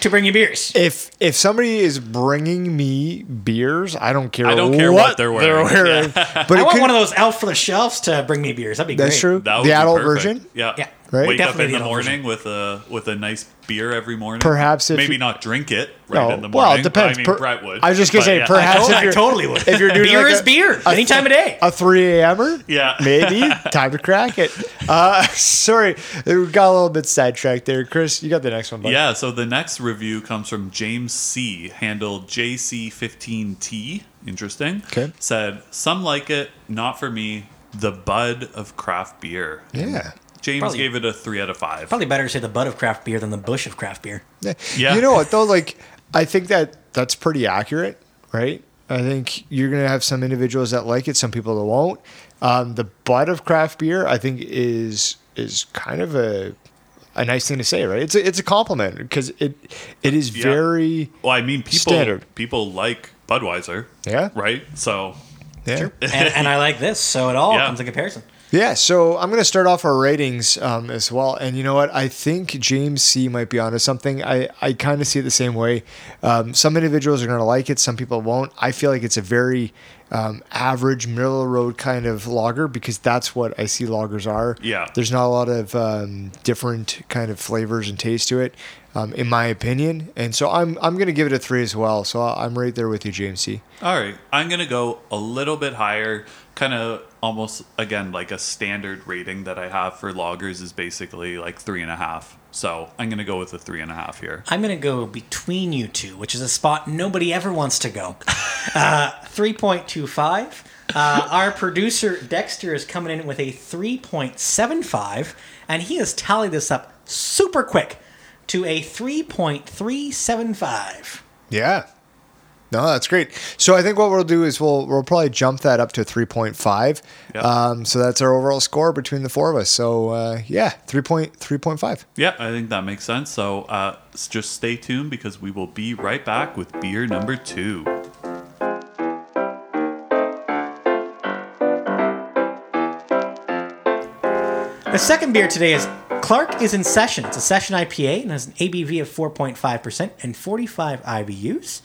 [SPEAKER 3] to bring you beers.
[SPEAKER 2] If if somebody is bringing me beers, I don't care.
[SPEAKER 1] I don't care what they're wearing.
[SPEAKER 2] But
[SPEAKER 3] I
[SPEAKER 2] it
[SPEAKER 3] want
[SPEAKER 2] could-
[SPEAKER 3] one of those out for the shelves to bring me beers. That'd be
[SPEAKER 2] That's
[SPEAKER 3] great.
[SPEAKER 2] true.
[SPEAKER 1] That would
[SPEAKER 2] the
[SPEAKER 1] be
[SPEAKER 2] adult
[SPEAKER 1] perfect.
[SPEAKER 2] version.
[SPEAKER 1] Yeah.
[SPEAKER 3] Yeah.
[SPEAKER 2] Right?
[SPEAKER 1] Wake up
[SPEAKER 3] Definitely
[SPEAKER 1] in
[SPEAKER 3] the
[SPEAKER 1] the
[SPEAKER 3] adult
[SPEAKER 1] morning with a with a nice beer every morning.
[SPEAKER 2] Perhaps if
[SPEAKER 1] maybe
[SPEAKER 2] you-
[SPEAKER 1] not drink it right in the morning.
[SPEAKER 2] well, it depends.
[SPEAKER 1] I mean,
[SPEAKER 2] Per-
[SPEAKER 1] Brett would.
[SPEAKER 2] I was just gonna
[SPEAKER 1] But
[SPEAKER 2] say,
[SPEAKER 1] yeah.
[SPEAKER 3] I,
[SPEAKER 2] perhaps
[SPEAKER 3] to-
[SPEAKER 2] if
[SPEAKER 3] I
[SPEAKER 2] you're
[SPEAKER 3] totally would.
[SPEAKER 2] if you're doing
[SPEAKER 3] beer
[SPEAKER 2] like
[SPEAKER 3] is
[SPEAKER 2] a-
[SPEAKER 3] beer any time of day.
[SPEAKER 2] a three a.m.er.
[SPEAKER 1] Yeah.
[SPEAKER 2] maybe time to crack it. Uh, sorry, we got a little bit sidetracked there, Chris. You got the next one, bud.
[SPEAKER 1] Yeah, so the next review comes from James C, handle JC15T. Interesting.
[SPEAKER 2] Okay.
[SPEAKER 1] Said, Some like it, not for me. The bud of craft beer.
[SPEAKER 2] Yeah.
[SPEAKER 1] James
[SPEAKER 3] Probably-
[SPEAKER 1] gave it a three out of five.
[SPEAKER 3] Probably better to say the bud of craft beer than the bush of craft beer.
[SPEAKER 2] Yeah.
[SPEAKER 1] Yeah.
[SPEAKER 2] You know what though? Like, I think that that's pretty accurate, right? I think you're gonna have some individuals that like it, some people that won't. Um, the butt of craft beer, I think, is is kind of a a nice thing to say, right? It's a, it's a compliment because it it is very
[SPEAKER 1] Well, I mean, people
[SPEAKER 2] Standard.
[SPEAKER 1] people like Budweiser,
[SPEAKER 2] yeah
[SPEAKER 1] right? So
[SPEAKER 2] yeah.
[SPEAKER 3] and, and I like this, so it all
[SPEAKER 1] Yeah.
[SPEAKER 3] comes in comparison.
[SPEAKER 2] Yeah, so I'm going to start off our ratings um, as well. And you know what? I think James C might be onto something. I, I kind of see it the same way. Um, some individuals are going to like it, some people won't. I feel like it's a very um, average, middle of the road kind of lager because that's what I see lagers are.
[SPEAKER 1] Yeah.
[SPEAKER 2] There's not a lot of um, different kind of flavors and taste to it, um, in my opinion. And so I'm, I'm going to give it a three as well. So I- I'm right there with you, James C.
[SPEAKER 1] All right. I'm going to go a little bit higher, kind of almost, again, like a standard rating that I have for loggers is basically like three and a half. So I'm going to go with a three and a half here.
[SPEAKER 3] I'm going to go between you two, which is a spot nobody ever wants to go. Uh, 3.25. Uh, our producer, Dexter, is coming in with a 3.75, and he has tallied this up super quick to a 3.375.
[SPEAKER 2] Yeah. No, that's great. So I think what we'll do is we'll we'll probably jump that up to three point five.
[SPEAKER 1] Yep.
[SPEAKER 2] Um, so that's our overall score between the four of us. So uh, yeah, three point three point five.
[SPEAKER 1] Yeah, I think that makes sense. So uh, s- just stay tuned because we will be right back with beer number two.
[SPEAKER 3] The second beer today is Clark is in Session. It's a Session IPA and has an ABV of 4.5% and 45 IBUs.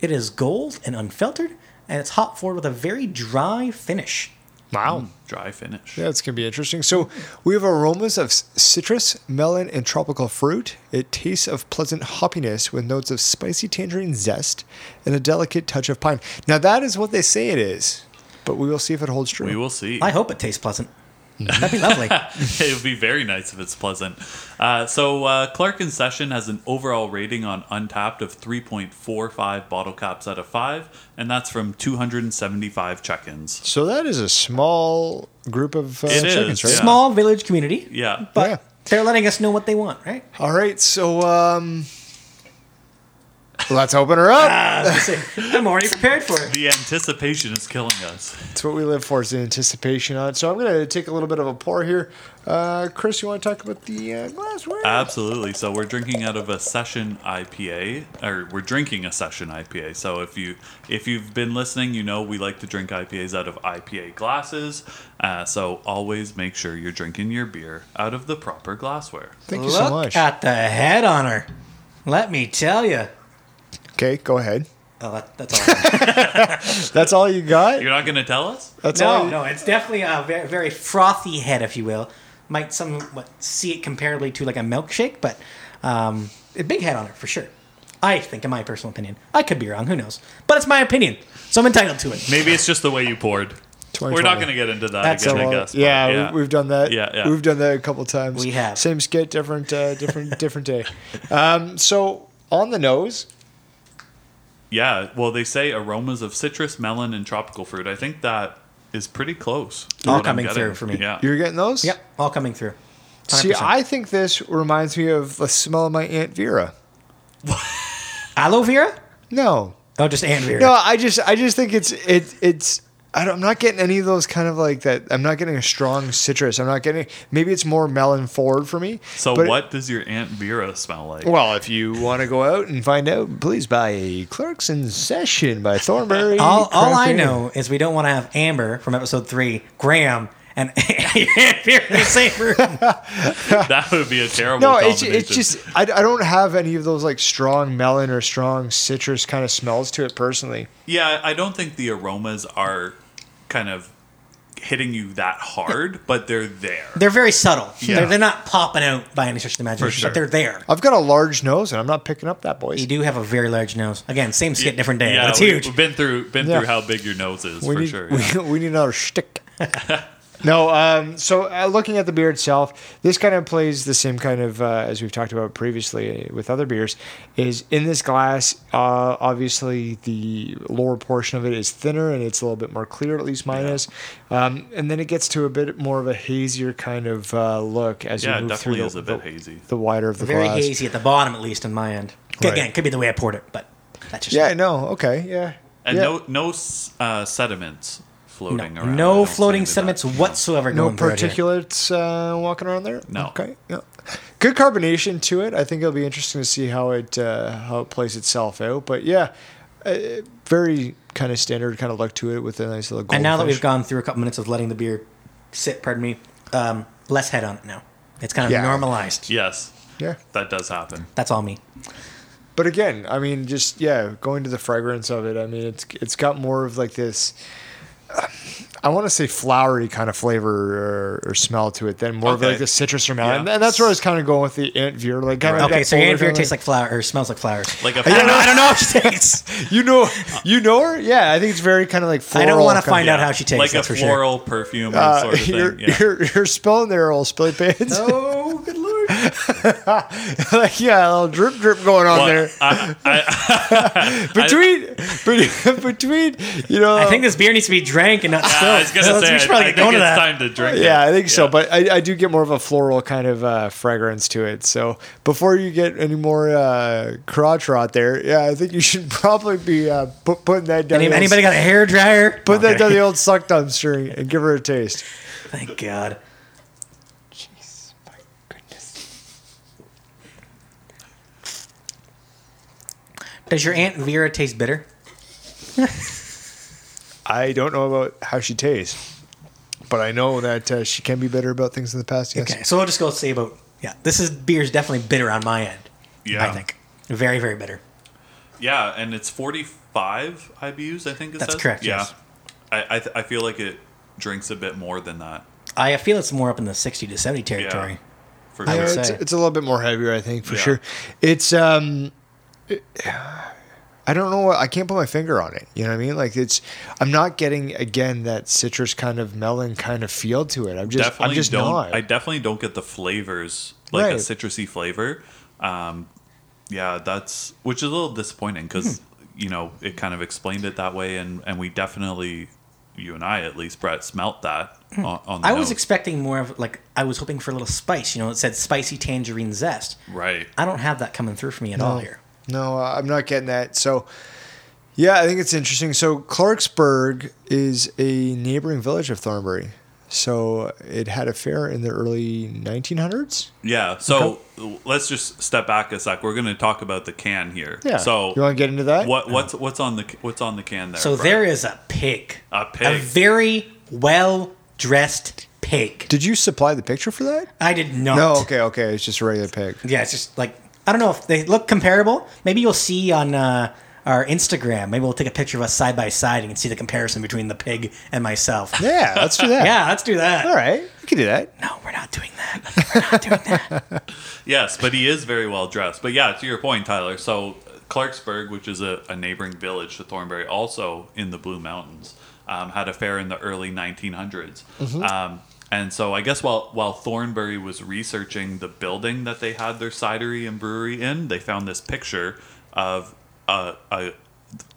[SPEAKER 3] It is gold and unfiltered, and it's hop forward with a very dry finish.
[SPEAKER 2] Wow.
[SPEAKER 1] Dry finish.
[SPEAKER 2] Yeah, it's gonna be interesting. So we have aromas of c- citrus, melon, and tropical fruit. It tastes of pleasant hoppiness with notes of spicy tangerine zest and a delicate touch of pine. Now that is what they say it is, but we will see if it holds true.
[SPEAKER 1] We will see.
[SPEAKER 3] I hope it tastes pleasant. That'd be lovely.
[SPEAKER 1] it would be very nice if it's pleasant. Uh, so, uh, Clark in Session has an overall rating on Untapped of 3.45 bottle caps out of 5, and that's from 275 check ins.
[SPEAKER 2] So that is a small group of uh,
[SPEAKER 1] It
[SPEAKER 2] chickens,
[SPEAKER 1] is,
[SPEAKER 2] right?
[SPEAKER 1] yeah.
[SPEAKER 3] Small village community.
[SPEAKER 1] Yeah.
[SPEAKER 3] But
[SPEAKER 2] Yeah.
[SPEAKER 3] they're letting us know what they want, right?
[SPEAKER 2] All right, so um, let's open her up.
[SPEAKER 3] I'm already prepared for it.
[SPEAKER 1] The anticipation is killing us.
[SPEAKER 2] That's what we live for is the anticipation on it. So I'm going to take a little bit of a pour here. Uh, Chris, you want to talk about the uh, glassware?
[SPEAKER 1] Absolutely. So we're drinking out of a session IPA, or we're drinking a session IPA. So if you if you've been listening, you know we like to drink IPAs out of IPA glasses. Uh, so always make sure you're drinking your beer out of the proper glassware.
[SPEAKER 2] Thank you
[SPEAKER 3] Look
[SPEAKER 2] so much.
[SPEAKER 3] at the head on her. Let me tell you.
[SPEAKER 2] okay, go ahead.
[SPEAKER 3] Oh, that, that's all. I have.
[SPEAKER 2] That's all you got.
[SPEAKER 1] You're not going to tell us?
[SPEAKER 2] That's all.
[SPEAKER 3] no,
[SPEAKER 2] you-
[SPEAKER 3] no, it's definitely a very, very frothy head, if you will. Might somewhat see it comparably to like a milkshake, but um, a big head on her for sure. I think, in my personal opinion, I could be wrong. Who knows? But it's my opinion, so I'm entitled to it.
[SPEAKER 1] Maybe it's just the way you poured. We're not
[SPEAKER 2] 2020.
[SPEAKER 1] going to get into that
[SPEAKER 3] That's
[SPEAKER 1] again,
[SPEAKER 2] So,
[SPEAKER 1] I
[SPEAKER 2] uh,
[SPEAKER 1] guess. but
[SPEAKER 2] yeah, We, we've done that.
[SPEAKER 1] Yeah, yeah.
[SPEAKER 2] we've done that a couple times.
[SPEAKER 3] We have.
[SPEAKER 2] same skit, different, uh, different, different day. Um, so on the nose,
[SPEAKER 1] Yeah, well, they say aromas of citrus, melon, and tropical fruit. I think that is pretty close. to
[SPEAKER 3] All
[SPEAKER 1] what I'm
[SPEAKER 3] coming
[SPEAKER 1] getting.
[SPEAKER 3] through for me.
[SPEAKER 1] Yeah.
[SPEAKER 2] you're getting those.
[SPEAKER 3] Yep, all coming through. 100%.
[SPEAKER 2] See, I think this reminds me of the smell of my aunt Vera.
[SPEAKER 3] aloe vera.
[SPEAKER 2] No,
[SPEAKER 3] Oh, just Aunt Vera.
[SPEAKER 2] No, I just I just think it's it it's I don't, I'm not getting any of those kind of like that. I'm not getting a strong citrus. I'm not getting maybe it's more melon forward for me.
[SPEAKER 1] So,
[SPEAKER 2] but-
[SPEAKER 1] what does your Aunt Vera smell like?
[SPEAKER 2] well, if you want to go out and find out, please buy Clerks in Session by Thornberry.
[SPEAKER 3] All, all
[SPEAKER 2] Craft
[SPEAKER 3] I
[SPEAKER 2] Beer.
[SPEAKER 3] know is we don't want to have Amber from episode three, Graham, and Aunt Vera in the same room.
[SPEAKER 1] that would be a terrible
[SPEAKER 2] No, it's
[SPEAKER 1] combination.
[SPEAKER 2] it's just I, I don't have any of those like strong melon or strong citrus kind of smells to it personally.
[SPEAKER 1] Yeah, I don't think the aromas are kind of hitting you that hard, but they're there.
[SPEAKER 3] They're very subtle.
[SPEAKER 1] Yeah.
[SPEAKER 3] They're, they're not popping out by any stretch of the imagination,
[SPEAKER 1] sure.
[SPEAKER 3] but they're there.
[SPEAKER 2] I've got a large nose and I'm not picking up that boys.
[SPEAKER 3] You do have a very large nose. Again, same skit, different day.
[SPEAKER 1] Yeah,
[SPEAKER 3] That's
[SPEAKER 1] we,
[SPEAKER 3] huge.
[SPEAKER 1] We've been through been
[SPEAKER 2] Yeah.
[SPEAKER 1] through how big your nose is
[SPEAKER 2] we
[SPEAKER 1] for
[SPEAKER 2] need,
[SPEAKER 1] sure.
[SPEAKER 2] we,
[SPEAKER 1] yeah.
[SPEAKER 2] we need another shtick. no, um, so uh, looking at the beer itself, this kind of plays the same kind of uh, as we've talked about previously with other beers. Is in this glass, uh, obviously the lower portion of it is thinner and it's a little bit more clear, at least mine is, um, and then it gets to a bit more of a hazier kind of uh, look as
[SPEAKER 1] Yeah,
[SPEAKER 2] you
[SPEAKER 1] it
[SPEAKER 2] move
[SPEAKER 1] definitely
[SPEAKER 2] through
[SPEAKER 1] is
[SPEAKER 2] the,
[SPEAKER 1] a bit
[SPEAKER 2] the,
[SPEAKER 1] hazy.
[SPEAKER 2] the wider of the
[SPEAKER 3] very
[SPEAKER 2] glass.
[SPEAKER 3] hazy at the bottom, at least in my end.
[SPEAKER 2] Right.
[SPEAKER 3] Again, could be the way I poured it, but that's just
[SPEAKER 2] Yeah, no, okay, yeah,
[SPEAKER 1] And
[SPEAKER 2] yeah.
[SPEAKER 1] no no s- uh, sediments floating
[SPEAKER 3] no,
[SPEAKER 1] around. I
[SPEAKER 3] no
[SPEAKER 1] don't see
[SPEAKER 3] floating
[SPEAKER 1] any of that.
[SPEAKER 3] sediments whatsoever
[SPEAKER 2] No
[SPEAKER 3] going through it here.
[SPEAKER 2] particulates uh, walking around there.
[SPEAKER 1] No.
[SPEAKER 2] Okay. Yeah. Good carbonation to it. I think it'll be interesting to see how it uh, how it plays itself out. But yeah, uh, very kind of standard kind of look to it with a nice little. Goldfish.
[SPEAKER 3] And now that we've gone through a couple minutes of letting the beer sit, pardon me, um, less head on it now. It's kind of
[SPEAKER 2] Yeah.
[SPEAKER 3] normalized.
[SPEAKER 1] Yes,
[SPEAKER 2] Yeah.
[SPEAKER 1] that does happen.
[SPEAKER 3] That's all me.
[SPEAKER 2] But again, I mean, just yeah, going to the fragrance of it. I mean, it's it's got more of like this. I want to say flowery kind of flavor or, or smell to it than more of
[SPEAKER 1] Okay.
[SPEAKER 2] like the citrus or
[SPEAKER 1] Yeah.
[SPEAKER 2] and, and that's where I was kind of going with the ant vier. Like kind of
[SPEAKER 3] Okay,
[SPEAKER 2] that
[SPEAKER 3] so your
[SPEAKER 2] folder
[SPEAKER 3] hand beer
[SPEAKER 2] kinda-
[SPEAKER 3] tastes like flour or smells like flowers.
[SPEAKER 1] Like a
[SPEAKER 3] I don't know. I don't know how she tastes.
[SPEAKER 2] you know you know her. Yeah, I think it's very kind of like
[SPEAKER 3] I
[SPEAKER 2] floral.
[SPEAKER 3] don't wanna
[SPEAKER 2] kinda-
[SPEAKER 3] find out how she tastes,
[SPEAKER 1] Like
[SPEAKER 3] that's
[SPEAKER 1] a
[SPEAKER 3] for sure.
[SPEAKER 1] floral perfume
[SPEAKER 2] Uh,
[SPEAKER 1] sort of thing.
[SPEAKER 2] you're,
[SPEAKER 1] yeah.
[SPEAKER 2] you're you're spelling there, old spilly pants.
[SPEAKER 3] oh, good lord.
[SPEAKER 2] like yeah, a little drip drip going on
[SPEAKER 1] But
[SPEAKER 2] there
[SPEAKER 1] I, I,
[SPEAKER 2] between bet- between you know.
[SPEAKER 3] I think this beer needs to be drank and not
[SPEAKER 1] I,
[SPEAKER 3] spilled.
[SPEAKER 1] I was gonna
[SPEAKER 3] So
[SPEAKER 1] say,
[SPEAKER 3] we should
[SPEAKER 1] I, I
[SPEAKER 3] probably
[SPEAKER 1] think
[SPEAKER 3] get going to
[SPEAKER 1] it's
[SPEAKER 3] that.
[SPEAKER 1] time to drink.
[SPEAKER 2] Yeah,
[SPEAKER 1] it.
[SPEAKER 2] I think so.
[SPEAKER 1] Yeah.
[SPEAKER 2] But I, I do get more of a floral kind of uh, fragrance to it. So before you get any more uh, crotch rot there, yeah, I think you should probably be uh, pu- putting that down.
[SPEAKER 3] Any,
[SPEAKER 2] the old-
[SPEAKER 3] anybody got a hair dryer?
[SPEAKER 2] Put that down
[SPEAKER 3] Okay.
[SPEAKER 2] the old suck dumpster and give her a taste.
[SPEAKER 3] Thank God. Does your Aunt Vera taste bitter?
[SPEAKER 2] I don't know about how she tastes, but I know that uh, she can be bitter about things in the past. Yes.
[SPEAKER 3] Okay, so we'll just go say about yeah. This is beer's definitely bitter on my end.
[SPEAKER 1] Yeah.
[SPEAKER 3] I think very very bitter.
[SPEAKER 1] Yeah, and it's 45 IBUs, I think it
[SPEAKER 3] That's
[SPEAKER 1] says.
[SPEAKER 3] correct,
[SPEAKER 1] Yeah.
[SPEAKER 3] yes.
[SPEAKER 1] I, I, th- I feel like it drinks a bit more than that.
[SPEAKER 3] I feel it's more up in the sixty to seventy
[SPEAKER 1] Yeah.
[SPEAKER 3] territory.
[SPEAKER 1] For
[SPEAKER 2] Yeah,
[SPEAKER 1] sure.
[SPEAKER 3] would
[SPEAKER 2] it's,
[SPEAKER 3] say.
[SPEAKER 2] it's a little bit more heavier, I think, for
[SPEAKER 1] Yeah.
[SPEAKER 2] sure. It's um, I don't know. what- I can't put my finger on it. You know what I mean? Like it's, I'm not getting again that citrus kind of melon kind of feel to it. I'm just,
[SPEAKER 1] definitely
[SPEAKER 2] I'm just
[SPEAKER 1] don't.
[SPEAKER 2] not.
[SPEAKER 1] I definitely don't get the flavors like a
[SPEAKER 2] Right.
[SPEAKER 1] citrusy flavor. Um, yeah, that's which is a little disappointing because
[SPEAKER 2] Hmm.
[SPEAKER 1] you know it kind of explained it that way, and and we definitely, you and I at least, Brett, smelt that
[SPEAKER 2] Hmm.
[SPEAKER 1] on, on the
[SPEAKER 3] I was
[SPEAKER 1] nose.
[SPEAKER 3] expecting more of like I was hoping for a little spice. You know, it said spicy tangerine zest.
[SPEAKER 1] right.
[SPEAKER 3] I don't have that coming through for me at all
[SPEAKER 2] No.
[SPEAKER 3] here.
[SPEAKER 2] No, uh, I'm not getting that. So, yeah, I think it's interesting. So, Clarksburg is a neighboring village of Thornbury. So, it had a fair in the early 1900s.
[SPEAKER 1] Yeah. So let's just step back a sec. We're going to talk about the can here.
[SPEAKER 2] Yeah.
[SPEAKER 1] So
[SPEAKER 2] you want to get into that?
[SPEAKER 1] what what's what's on the what's on the can there?
[SPEAKER 3] So
[SPEAKER 1] Brett?
[SPEAKER 3] there is a pig,
[SPEAKER 1] A pig.
[SPEAKER 3] very well dressed pig.
[SPEAKER 2] Did you supply the picture for that?
[SPEAKER 3] I did not.
[SPEAKER 2] No, okay, okay. It's just a regular pig.
[SPEAKER 3] Yeah, it's just like I don't know if they look comparable. Maybe you'll see on uh, our Instagram. Maybe we'll take a picture of us side by side and you can see the comparison between the pig and myself.
[SPEAKER 2] Yeah, let's do that.
[SPEAKER 3] yeah, let's do that.
[SPEAKER 2] All right. We can do that.
[SPEAKER 3] No, we're not doing that. We're not doing that.
[SPEAKER 1] Yes, but he is very well dressed. But yeah, to your point, Tyler. So Clarksburg, which is a, a neighboring village to Thornbury, also in the Blue Mountains, um, had a fair in the early 1900s. Um, and so I guess while while Thornbury was researching the building that they had their cidery and brewery in, they found this picture of a, a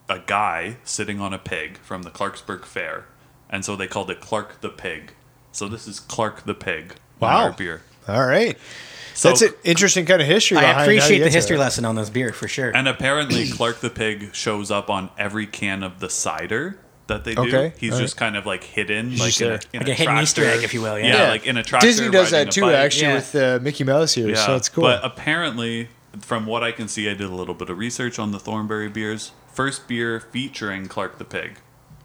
[SPEAKER 1] a guy sitting on a pig from the Clarksburg Fair, and so they called it Clark the Pig. So this is Clark the Pig. on
[SPEAKER 2] Wow.
[SPEAKER 1] our beer.
[SPEAKER 2] All right.
[SPEAKER 1] So
[SPEAKER 2] That's an interesting kind of history. behind how
[SPEAKER 3] I
[SPEAKER 2] you
[SPEAKER 3] appreciate the
[SPEAKER 2] get to
[SPEAKER 3] history
[SPEAKER 2] that.
[SPEAKER 3] lesson on this beer for sure.
[SPEAKER 1] And apparently, Clark the Pig shows up on every can of the cider that they do.
[SPEAKER 2] Okay,
[SPEAKER 1] He's
[SPEAKER 2] all
[SPEAKER 1] just kind of like hidden, like
[SPEAKER 2] just
[SPEAKER 1] in a,
[SPEAKER 2] there.
[SPEAKER 1] in
[SPEAKER 3] Like a hidden Easter
[SPEAKER 1] tractor.
[SPEAKER 3] egg, if you will, yeah.
[SPEAKER 1] yeah,
[SPEAKER 3] Yeah.
[SPEAKER 1] like in a tractor.
[SPEAKER 2] Disney does
[SPEAKER 1] riding
[SPEAKER 2] that
[SPEAKER 1] a
[SPEAKER 2] too,
[SPEAKER 1] bike.
[SPEAKER 2] actually,
[SPEAKER 3] Yeah.
[SPEAKER 2] with uh, Mickey Mouse here. So it's cool.
[SPEAKER 1] But uh, apparently, from what I can see, I did a little bit of research on the Thornberry beers. First beer featuring Clark the Pig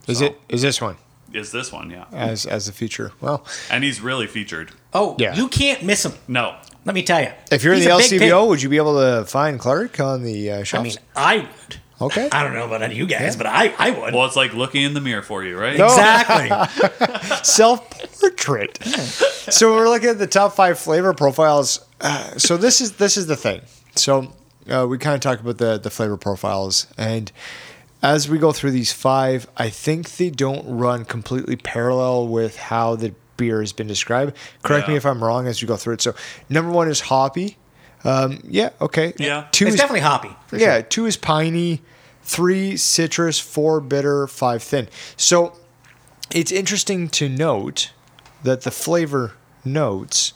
[SPEAKER 2] is
[SPEAKER 1] so-
[SPEAKER 2] it? Is this one
[SPEAKER 1] is this one, yeah.
[SPEAKER 2] as as the feature? Well,
[SPEAKER 1] And he's really featured.
[SPEAKER 3] oh,
[SPEAKER 2] Yeah.
[SPEAKER 3] you can't miss him.
[SPEAKER 1] No,
[SPEAKER 3] Let me tell you.
[SPEAKER 2] if you're
[SPEAKER 3] He's
[SPEAKER 2] in the
[SPEAKER 3] a big pig.
[SPEAKER 2] LCBO, would you be able to find Clark on the uh,
[SPEAKER 3] I
[SPEAKER 2] shops?
[SPEAKER 3] mean, I would.
[SPEAKER 2] okay.
[SPEAKER 3] I don't know about you guys, but I, I would.
[SPEAKER 1] well, it's like looking in the mirror for you, right?
[SPEAKER 2] No.
[SPEAKER 3] Exactly. uh,
[SPEAKER 2] Self portrait. so we're looking at the top five flavor profiles. Uh, so this is this is the thing. So uh, we kind of talked about the the flavor profiles, and as we go through these five, I think they don't run completely parallel with how the beer has been described. Correct me
[SPEAKER 1] Yeah.
[SPEAKER 2] if I'm wrong as we go through it. So number one is hoppy. Um, yeah. Okay.
[SPEAKER 1] Yeah.
[SPEAKER 2] Two
[SPEAKER 3] it's
[SPEAKER 2] is
[SPEAKER 3] definitely hoppy. for
[SPEAKER 2] yeah,
[SPEAKER 3] sure.
[SPEAKER 2] two is piney, three citrus, four bitter, five thin. So it's interesting to note that the flavor notes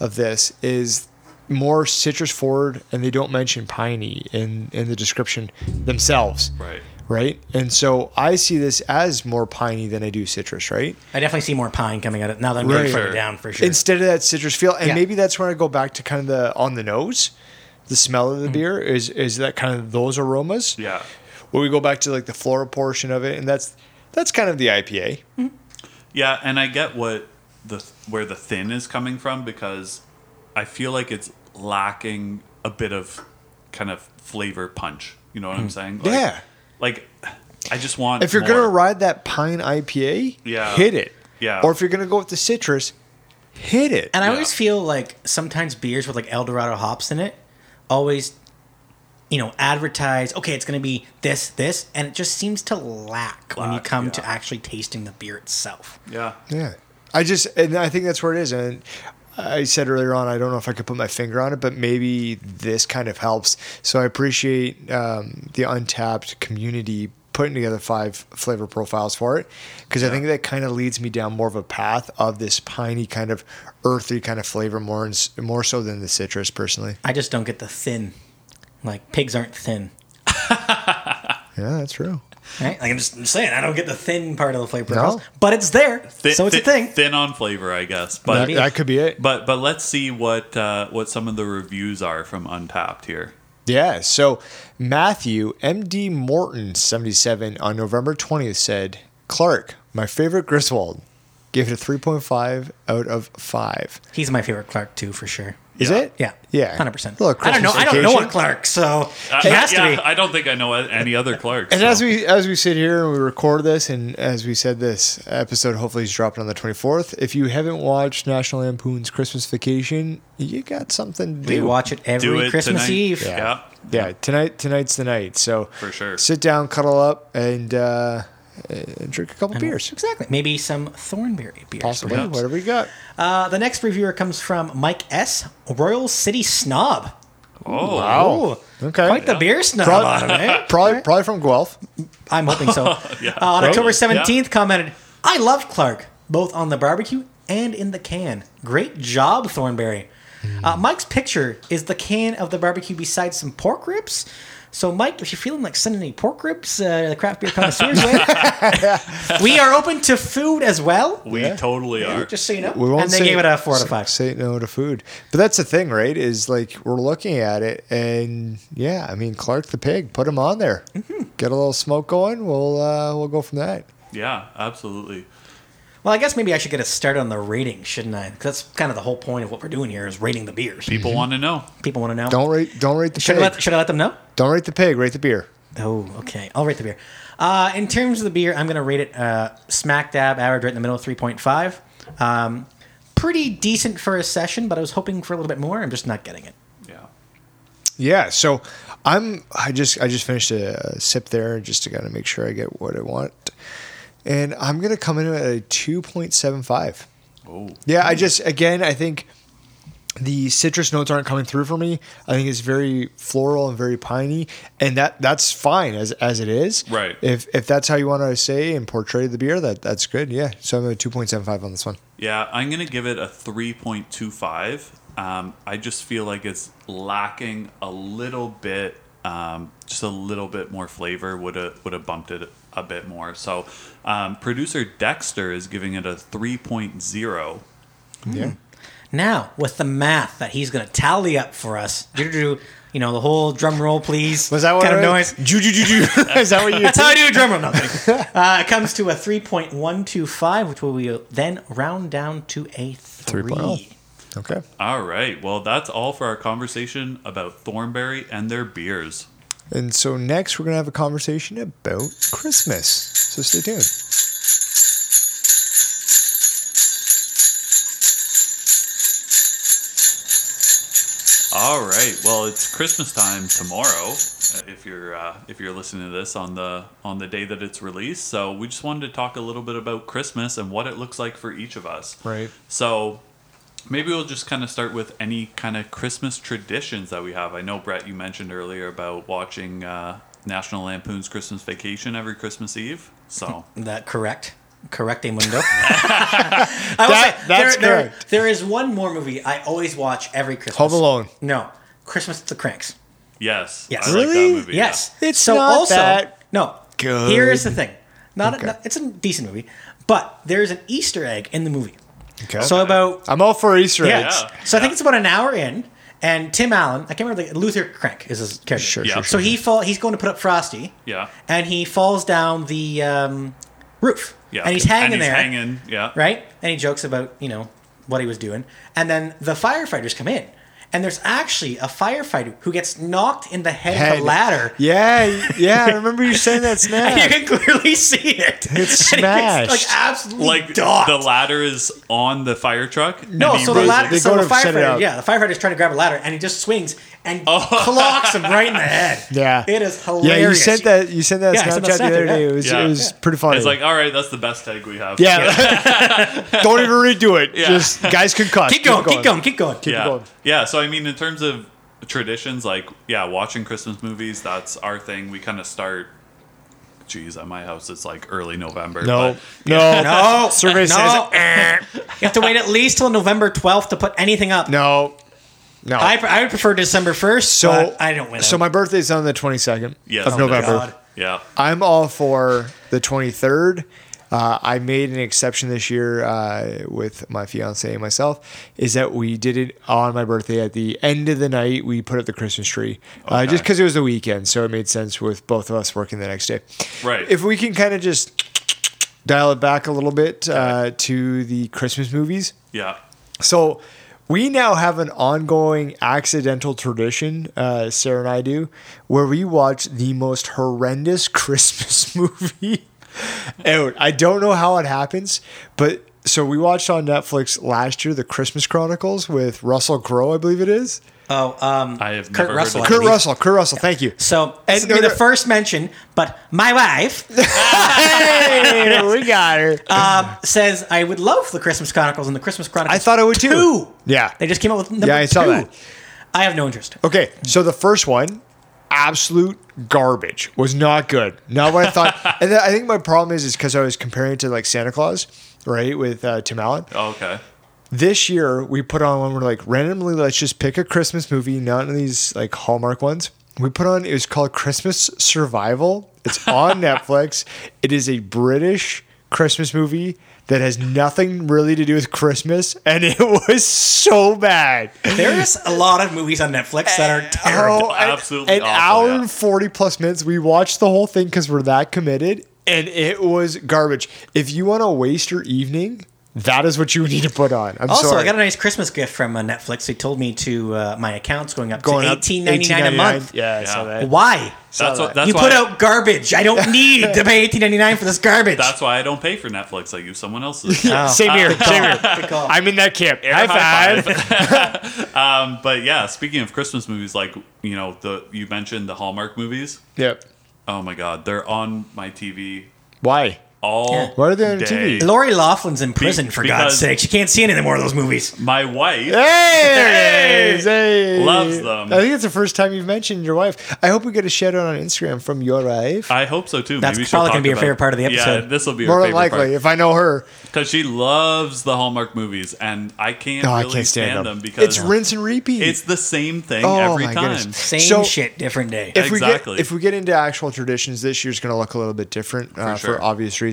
[SPEAKER 2] of this is more citrus forward, and they don't mention piney in in the description themselves.
[SPEAKER 1] Right.
[SPEAKER 2] right? And so I see this as more piney than I do citrus, right?
[SPEAKER 3] I definitely see more pine coming out of now that I'm getting
[SPEAKER 2] Right.
[SPEAKER 3] further down for sure.
[SPEAKER 2] Instead of that citrus feel, and
[SPEAKER 3] Yeah.
[SPEAKER 2] maybe that's where I go back to kind of the on the nose, the smell
[SPEAKER 3] Mm-hmm.
[SPEAKER 2] of the beer is is that kind of those aromas.
[SPEAKER 1] Yeah.
[SPEAKER 2] Where we go back to like the floral portion of it, and that's that's kind of the IPA.
[SPEAKER 1] Yeah, and I get what the where the thin is coming from because I feel like it's lacking a bit of kind of flavor punch. You know what I'm saying? Like,
[SPEAKER 2] Hmm. Yeah.
[SPEAKER 1] Like I just want
[SPEAKER 2] If you're
[SPEAKER 1] more.
[SPEAKER 2] gonna ride that pine IPA,
[SPEAKER 1] Yeah.
[SPEAKER 2] hit it.
[SPEAKER 1] Yeah.
[SPEAKER 2] Or if you're gonna go with the citrus, hit it.
[SPEAKER 3] and I
[SPEAKER 1] Yeah.
[SPEAKER 3] always feel like sometimes beers with like El Dorado hops in it always, you know, advertise, okay, it's going to be this, this, and it just seems to lack, when you
[SPEAKER 1] Lack,
[SPEAKER 3] come to
[SPEAKER 1] yeah.
[SPEAKER 3] actually tasting the beer itself.
[SPEAKER 1] Yeah.
[SPEAKER 2] Yeah. I just, and I think that's where it is. And I said earlier on, I don't know if I could put my finger on it, but maybe this kind of helps. So I appreciate um, the untapped community putting together five flavor profiles for it because I think that kind of leads me down more of a path of this piney kind of earthy kind of flavor more and s- more so than the citrus personally.
[SPEAKER 3] I just don't get the thin. Like pigs aren't thin,
[SPEAKER 2] Yeah, that's true.
[SPEAKER 3] right? Like I'm just I'm saying, I don't get the thin part of the flavor,
[SPEAKER 2] No.
[SPEAKER 3] profiles, but it's there,
[SPEAKER 1] Thin,
[SPEAKER 3] so it's a
[SPEAKER 1] thin-
[SPEAKER 3] thing.
[SPEAKER 1] Thin on flavor, I guess. But
[SPEAKER 2] That, that could be it.
[SPEAKER 1] but but let's see what uh, what some of the reviews are from Untapped here.
[SPEAKER 2] Yeah. So Matthew MD Morton seventy seven on November twentieth said, Clark, my favorite Griswold. Give it a three point five out of five.
[SPEAKER 3] He's my favorite Clark too, for sure.
[SPEAKER 2] Is
[SPEAKER 1] Yeah.
[SPEAKER 2] it?
[SPEAKER 3] Yeah,
[SPEAKER 2] Yeah.
[SPEAKER 3] hundred percent.
[SPEAKER 2] Look,
[SPEAKER 3] I don't know. I don't know
[SPEAKER 2] Christmas
[SPEAKER 3] what Clark, so
[SPEAKER 1] Uh,
[SPEAKER 3] it has
[SPEAKER 1] yeah,
[SPEAKER 3] to be.
[SPEAKER 1] I don't think I know any other Clarks.
[SPEAKER 2] And
[SPEAKER 1] so-
[SPEAKER 2] as we as we sit here and we record this, and as we said, this episode hopefully is dropping on the twenty fourth. If you haven't watched National Lampoon's Christmas Vacation, you got something to
[SPEAKER 3] we
[SPEAKER 2] do.
[SPEAKER 3] watch it every
[SPEAKER 1] do it
[SPEAKER 3] Christmas
[SPEAKER 1] tonight.
[SPEAKER 3] Eve.
[SPEAKER 1] Yeah.
[SPEAKER 2] yeah tonight tonight's the night. So
[SPEAKER 1] For sure.
[SPEAKER 2] sit down, cuddle up, and uh, uh, drink a couple beers.
[SPEAKER 3] Exactly. Maybe some Thornberry beers.
[SPEAKER 2] Possibly.
[SPEAKER 1] Perhaps.
[SPEAKER 2] Whatever you got.
[SPEAKER 3] Uh, the next reviewer comes from Mike S. Royal City Snob.
[SPEAKER 1] Oh
[SPEAKER 2] Wow.
[SPEAKER 3] Ooh,
[SPEAKER 2] Okay.
[SPEAKER 3] Quite the beer snob on him, eh?
[SPEAKER 2] Probably, probably from Guelph.
[SPEAKER 3] I'm hoping so.
[SPEAKER 1] Yeah.
[SPEAKER 3] Uh, on
[SPEAKER 1] Right?
[SPEAKER 3] October
[SPEAKER 1] Yeah.
[SPEAKER 3] 17th, commented, I love Clark, both on the barbecue and in the can. Great job, Thornberry. Uh, Mike's picture is the can of the barbecue beside some pork ribs. So, Mike, if you're feeling like sending any pork ribs, uh, the craft beer connoisseurs, way, we are open to food as well.
[SPEAKER 1] we
[SPEAKER 2] Yeah.
[SPEAKER 1] totally are.
[SPEAKER 3] Just so you know.
[SPEAKER 2] We won't
[SPEAKER 3] and they
[SPEAKER 2] say,
[SPEAKER 3] gave it a four out of five.
[SPEAKER 2] Say no to food, but that's the thing, right? Is like we're looking at it, and yeah, I mean Clark the pig, put him on there,
[SPEAKER 3] Mm-hmm.
[SPEAKER 2] get a little smoke going. We'll uh, we'll go from that.
[SPEAKER 1] yeah, absolutely.
[SPEAKER 3] Well, I guess maybe I should get us started on the rating, shouldn't I? 'Cause that's kind of the whole point of what we're doing here is rating the beers.
[SPEAKER 2] Mm-hmm.
[SPEAKER 1] People want to know.
[SPEAKER 3] People want to know.
[SPEAKER 2] Don't rate don't rate the
[SPEAKER 3] should, I
[SPEAKER 2] pig.
[SPEAKER 3] let, should I let them know?
[SPEAKER 2] don't rate the pig. Rate the beer.
[SPEAKER 3] Oh, okay. I'll rate the beer. Uh, in terms of the beer, I'm going to rate it uh, smack dab average, right in the middle, 3.5. Um, pretty decent for a session, but I was hoping for a little bit more. I'm just not getting it.
[SPEAKER 1] Yeah.
[SPEAKER 2] Yeah. So I'm. I just I just finished a, a sip there just to kind of make sure I get what I want, and I'm gonna come in at a two point seven five.
[SPEAKER 1] Oh.
[SPEAKER 2] Yeah, I just again I think the citrus notes aren't coming through for me. I think it's very floral and very piney, and that that's fine as as it is.
[SPEAKER 1] Right.
[SPEAKER 2] If if that's how you want to say and portray the beer, that that's good. Yeah. So I'm at two point seven five on this one.
[SPEAKER 1] Yeah, I'm gonna give it a 3.25. Um, I just feel like it's lacking a little bit, um, just a little bit more flavor would have would have bumped it a bit more. So, um, producer Dexter is giving it a 3.0.
[SPEAKER 3] Hmm.
[SPEAKER 2] Yeah.
[SPEAKER 3] Now, with the math that he's going to tally up for us, you know, the whole drum roll, please.
[SPEAKER 2] Was that what
[SPEAKER 3] kind
[SPEAKER 2] I
[SPEAKER 3] of noise?
[SPEAKER 2] Ju- ju- ju- ju. Is that what you?
[SPEAKER 3] That's how I do a drum roll. No, I'm kidding. uh, it comes to a 3.125, which will be then round down to a 3.
[SPEAKER 2] 3.0. Okay.
[SPEAKER 1] All right, well that's all for our conversation about Thornberry and their beers.
[SPEAKER 2] And so next we're gonna have a conversation about Christmas. So stay tuned.
[SPEAKER 1] All right. Well, it's Christmas time tomorrow. uh, If you're uh, if you're listening to this on the on the day that it's released, so we just wanted to talk a little bit about Christmas and what it looks like for each of us.
[SPEAKER 2] Right.
[SPEAKER 1] So maybe we'll just kind of start with any kind of Christmas traditions that we have. I know Brett, you mentioned earlier about watching uh, National Lampoon's Christmas Vacation every Christmas Eve. So
[SPEAKER 3] That correct? Correct, Mundo. I will
[SPEAKER 2] That-
[SPEAKER 3] say,
[SPEAKER 2] that's
[SPEAKER 3] there, there-
[SPEAKER 2] correct.
[SPEAKER 3] there is one more movie I always watch every Christmas.
[SPEAKER 2] Home Alone.
[SPEAKER 3] No, Christmas at the Cranks.
[SPEAKER 1] yes,
[SPEAKER 3] Yes.
[SPEAKER 1] I like that
[SPEAKER 2] Really?
[SPEAKER 1] movie.
[SPEAKER 3] Yes,
[SPEAKER 2] It's not that-
[SPEAKER 3] No,
[SPEAKER 2] good.
[SPEAKER 3] Here's the thing. Not,
[SPEAKER 2] Okay.
[SPEAKER 3] not- it's a decent movie, but there's an Easter egg in the movie.
[SPEAKER 2] Okay.
[SPEAKER 3] So about
[SPEAKER 2] I'm all for Easter
[SPEAKER 3] yeah.
[SPEAKER 2] eggs.
[SPEAKER 1] Yeah.
[SPEAKER 3] So I think it's about an hour in, and Tim Allen, I can't remember the Luther Crank is his character.
[SPEAKER 2] Sure,
[SPEAKER 1] Yeah. sure,
[SPEAKER 3] So he fall he's going to put up Frosty.
[SPEAKER 1] Yeah.
[SPEAKER 3] And he falls down the um, roof.
[SPEAKER 1] Yeah.
[SPEAKER 3] And he's hanging
[SPEAKER 1] he's
[SPEAKER 3] there.
[SPEAKER 1] Hanging. Yeah.
[SPEAKER 3] Right? And he jokes about, you know, what he was doing. And then the firefighters come in. And there's actually a firefighter who gets knocked in the head, with
[SPEAKER 2] Head.
[SPEAKER 3] a ladder.
[SPEAKER 2] Yeah, yeah. I remember you saying that
[SPEAKER 3] And
[SPEAKER 2] snap.
[SPEAKER 3] you can clearly see it. And he gets,
[SPEAKER 2] smashed.
[SPEAKER 3] like absolutely
[SPEAKER 1] Like
[SPEAKER 3] docked.
[SPEAKER 1] the ladder is on the fire truck.
[SPEAKER 3] No,
[SPEAKER 1] and he
[SPEAKER 3] so the
[SPEAKER 1] runs
[SPEAKER 3] ladder.
[SPEAKER 2] They
[SPEAKER 1] it.
[SPEAKER 3] So
[SPEAKER 2] go
[SPEAKER 3] the
[SPEAKER 2] to set it
[SPEAKER 3] firefighter,
[SPEAKER 2] up.
[SPEAKER 3] yeah, the firefighter's trying to grab a ladder, and he just swings and
[SPEAKER 1] Oh.
[SPEAKER 3] clocks him right in the head.
[SPEAKER 2] Yeah,
[SPEAKER 3] it is hilarious.
[SPEAKER 2] Yeah, you sent that. You sent that
[SPEAKER 3] Yeah, I
[SPEAKER 2] Snapchat
[SPEAKER 3] sent that
[SPEAKER 2] the other
[SPEAKER 3] Snapchat,
[SPEAKER 2] day.
[SPEAKER 3] yeah.
[SPEAKER 2] It was
[SPEAKER 1] Yeah.
[SPEAKER 2] it was pretty funny.
[SPEAKER 1] It's like, all right, that's the best tag we have.
[SPEAKER 2] yeah, don't even redo it.
[SPEAKER 1] Yeah.
[SPEAKER 2] Just guys can cut.
[SPEAKER 3] Keep going, keep going, keep going.
[SPEAKER 1] yeah.
[SPEAKER 2] going.
[SPEAKER 1] Yeah. So I mean, in terms of traditions, like yeah, watching Christmas movies, that's our thing. We kind of start. Geez, at my house it's like early November.
[SPEAKER 2] No,
[SPEAKER 1] but-
[SPEAKER 2] no,
[SPEAKER 3] No,
[SPEAKER 2] Survey
[SPEAKER 3] no.
[SPEAKER 2] says
[SPEAKER 3] you have to wait at least till November twelfth to put anything up.
[SPEAKER 2] no, no.
[SPEAKER 3] I, pre- I would prefer December first.
[SPEAKER 2] so
[SPEAKER 3] So I don't win. Oh,
[SPEAKER 2] So my birthday's on the 22nd
[SPEAKER 1] Yes,
[SPEAKER 2] of
[SPEAKER 1] on the
[SPEAKER 2] November.
[SPEAKER 3] God.
[SPEAKER 1] Yeah.
[SPEAKER 2] I'm all for the 23rd. Uh, I made an exception this year uh, with my fiance and myself. Is that we did it on my birthday at the end of the night. We put up the Christmas tree uh,
[SPEAKER 1] Okay.
[SPEAKER 2] just because it was a weekend, so it made sense with both of us working the next day.
[SPEAKER 1] Right.
[SPEAKER 2] If we can kind of just dial it back a little bit uh, to the Christmas movies,
[SPEAKER 1] Yeah.
[SPEAKER 2] so we now have an ongoing accidental tradition, uh, Sarah and I do, where we watch the most horrendous Christmas movie out. I don't know how it happens, but so we watched on Netflix last year the Christmas Chronicles with Russell Crowe, I believe it is.
[SPEAKER 3] oh, um,
[SPEAKER 1] I have
[SPEAKER 3] Kurt
[SPEAKER 1] never
[SPEAKER 3] Russell.
[SPEAKER 1] heard of
[SPEAKER 2] Kurt
[SPEAKER 3] I
[SPEAKER 1] Kurt
[SPEAKER 3] believe.
[SPEAKER 2] Russell, Kurt Russell, thank you.
[SPEAKER 3] So
[SPEAKER 2] And
[SPEAKER 3] this will be
[SPEAKER 2] no,
[SPEAKER 3] the
[SPEAKER 2] no.
[SPEAKER 3] first mention, but my wife
[SPEAKER 2] Hey, we got her.
[SPEAKER 3] um, says I would love the Christmas Chronicles and the Christmas Chronicles.
[SPEAKER 2] I thought I would too.
[SPEAKER 3] Two.
[SPEAKER 2] Yeah.
[SPEAKER 3] They just came out with number
[SPEAKER 2] Yeah, I saw
[SPEAKER 3] two.
[SPEAKER 2] that.
[SPEAKER 3] I have no interest.
[SPEAKER 2] Okay, so the first one, absolute garbage, was not good. Not what I thought. and then I think my problem is is because I was comparing it to like Santa Claus, right, with uh, Tim Allen.
[SPEAKER 1] Oh, Okay.
[SPEAKER 2] This year we put on one. We're like randomly, let's just pick a Christmas movie, not one of these like Hallmark ones. We put on. It was called Christmas Survival. It's on Netflix. It is a British Christmas movie that has nothing really to do with Christmas, and it was so bad.
[SPEAKER 3] There's a lot of movies on Netflix that are terrible.
[SPEAKER 2] Oh, an-
[SPEAKER 1] Absolutely
[SPEAKER 2] an
[SPEAKER 1] awful,
[SPEAKER 2] hour
[SPEAKER 1] yeah.
[SPEAKER 2] and 40 plus minutes. We watched the whole thing because we're that committed, and it was garbage. If you want to waste your evening, that is what you need to put on. I'm
[SPEAKER 3] Also,
[SPEAKER 2] sorry.
[SPEAKER 3] I got a nice Christmas gift from uh, Netflix. They told me to uh, my account's going up
[SPEAKER 2] Going
[SPEAKER 3] to
[SPEAKER 2] up
[SPEAKER 3] eighteen ninety nine a month.
[SPEAKER 2] Yeah, I saw
[SPEAKER 1] Yeah.
[SPEAKER 2] that.
[SPEAKER 3] Why?
[SPEAKER 1] That's what. That's
[SPEAKER 3] you
[SPEAKER 1] why
[SPEAKER 3] put out garbage. I don't need to pay eighteen ninety nine for this garbage.
[SPEAKER 1] That's why I don't pay for Netflix. I use someone else's.
[SPEAKER 3] Oh.
[SPEAKER 2] Same here. Same here.
[SPEAKER 3] Good call.
[SPEAKER 2] Oh. I'm in that camp. High,
[SPEAKER 1] high
[SPEAKER 2] five.
[SPEAKER 1] Um, but yeah, speaking of Christmas movies, like you know, the you mentioned the Hallmark movies.
[SPEAKER 2] Yep.
[SPEAKER 1] Oh my God, they're on my TV
[SPEAKER 2] Why?
[SPEAKER 1] all.
[SPEAKER 3] Yeah.
[SPEAKER 2] Why are they on
[SPEAKER 1] day.
[SPEAKER 2] TV?
[SPEAKER 3] Lori Laughlin's in prison for God's
[SPEAKER 1] because-
[SPEAKER 3] sake. She can't see any more of those movies.
[SPEAKER 1] My wife.
[SPEAKER 2] Hey, there it is. Hey.
[SPEAKER 1] Loves them.
[SPEAKER 2] I think it's the first time you've mentioned your wife. I hope we get a shout out on Instagram from your wife.
[SPEAKER 1] I hope so too.
[SPEAKER 3] That's
[SPEAKER 1] Maybe she'll
[SPEAKER 3] probably
[SPEAKER 1] talk
[SPEAKER 3] gonna be her
[SPEAKER 1] about-
[SPEAKER 3] favorite part of the
[SPEAKER 1] Yeah,
[SPEAKER 3] episode.
[SPEAKER 1] this will be
[SPEAKER 2] More
[SPEAKER 1] her
[SPEAKER 2] than
[SPEAKER 1] favorite
[SPEAKER 2] likely,
[SPEAKER 1] part
[SPEAKER 2] if I know her.
[SPEAKER 1] because she loves the Hallmark movies, and I can't
[SPEAKER 2] No,
[SPEAKER 1] really
[SPEAKER 2] I can't stand, them.
[SPEAKER 1] because
[SPEAKER 2] it's rinse and repeat.
[SPEAKER 1] it's the same thing
[SPEAKER 2] Oh,
[SPEAKER 1] every
[SPEAKER 2] my
[SPEAKER 1] time.
[SPEAKER 2] goodness.
[SPEAKER 3] Same
[SPEAKER 2] So-
[SPEAKER 3] shit, different day.
[SPEAKER 2] if we
[SPEAKER 1] Exactly.
[SPEAKER 2] get if we get into actual traditions, this year's going to look a little bit different uh, for,
[SPEAKER 1] sure.
[SPEAKER 2] obvious reasons.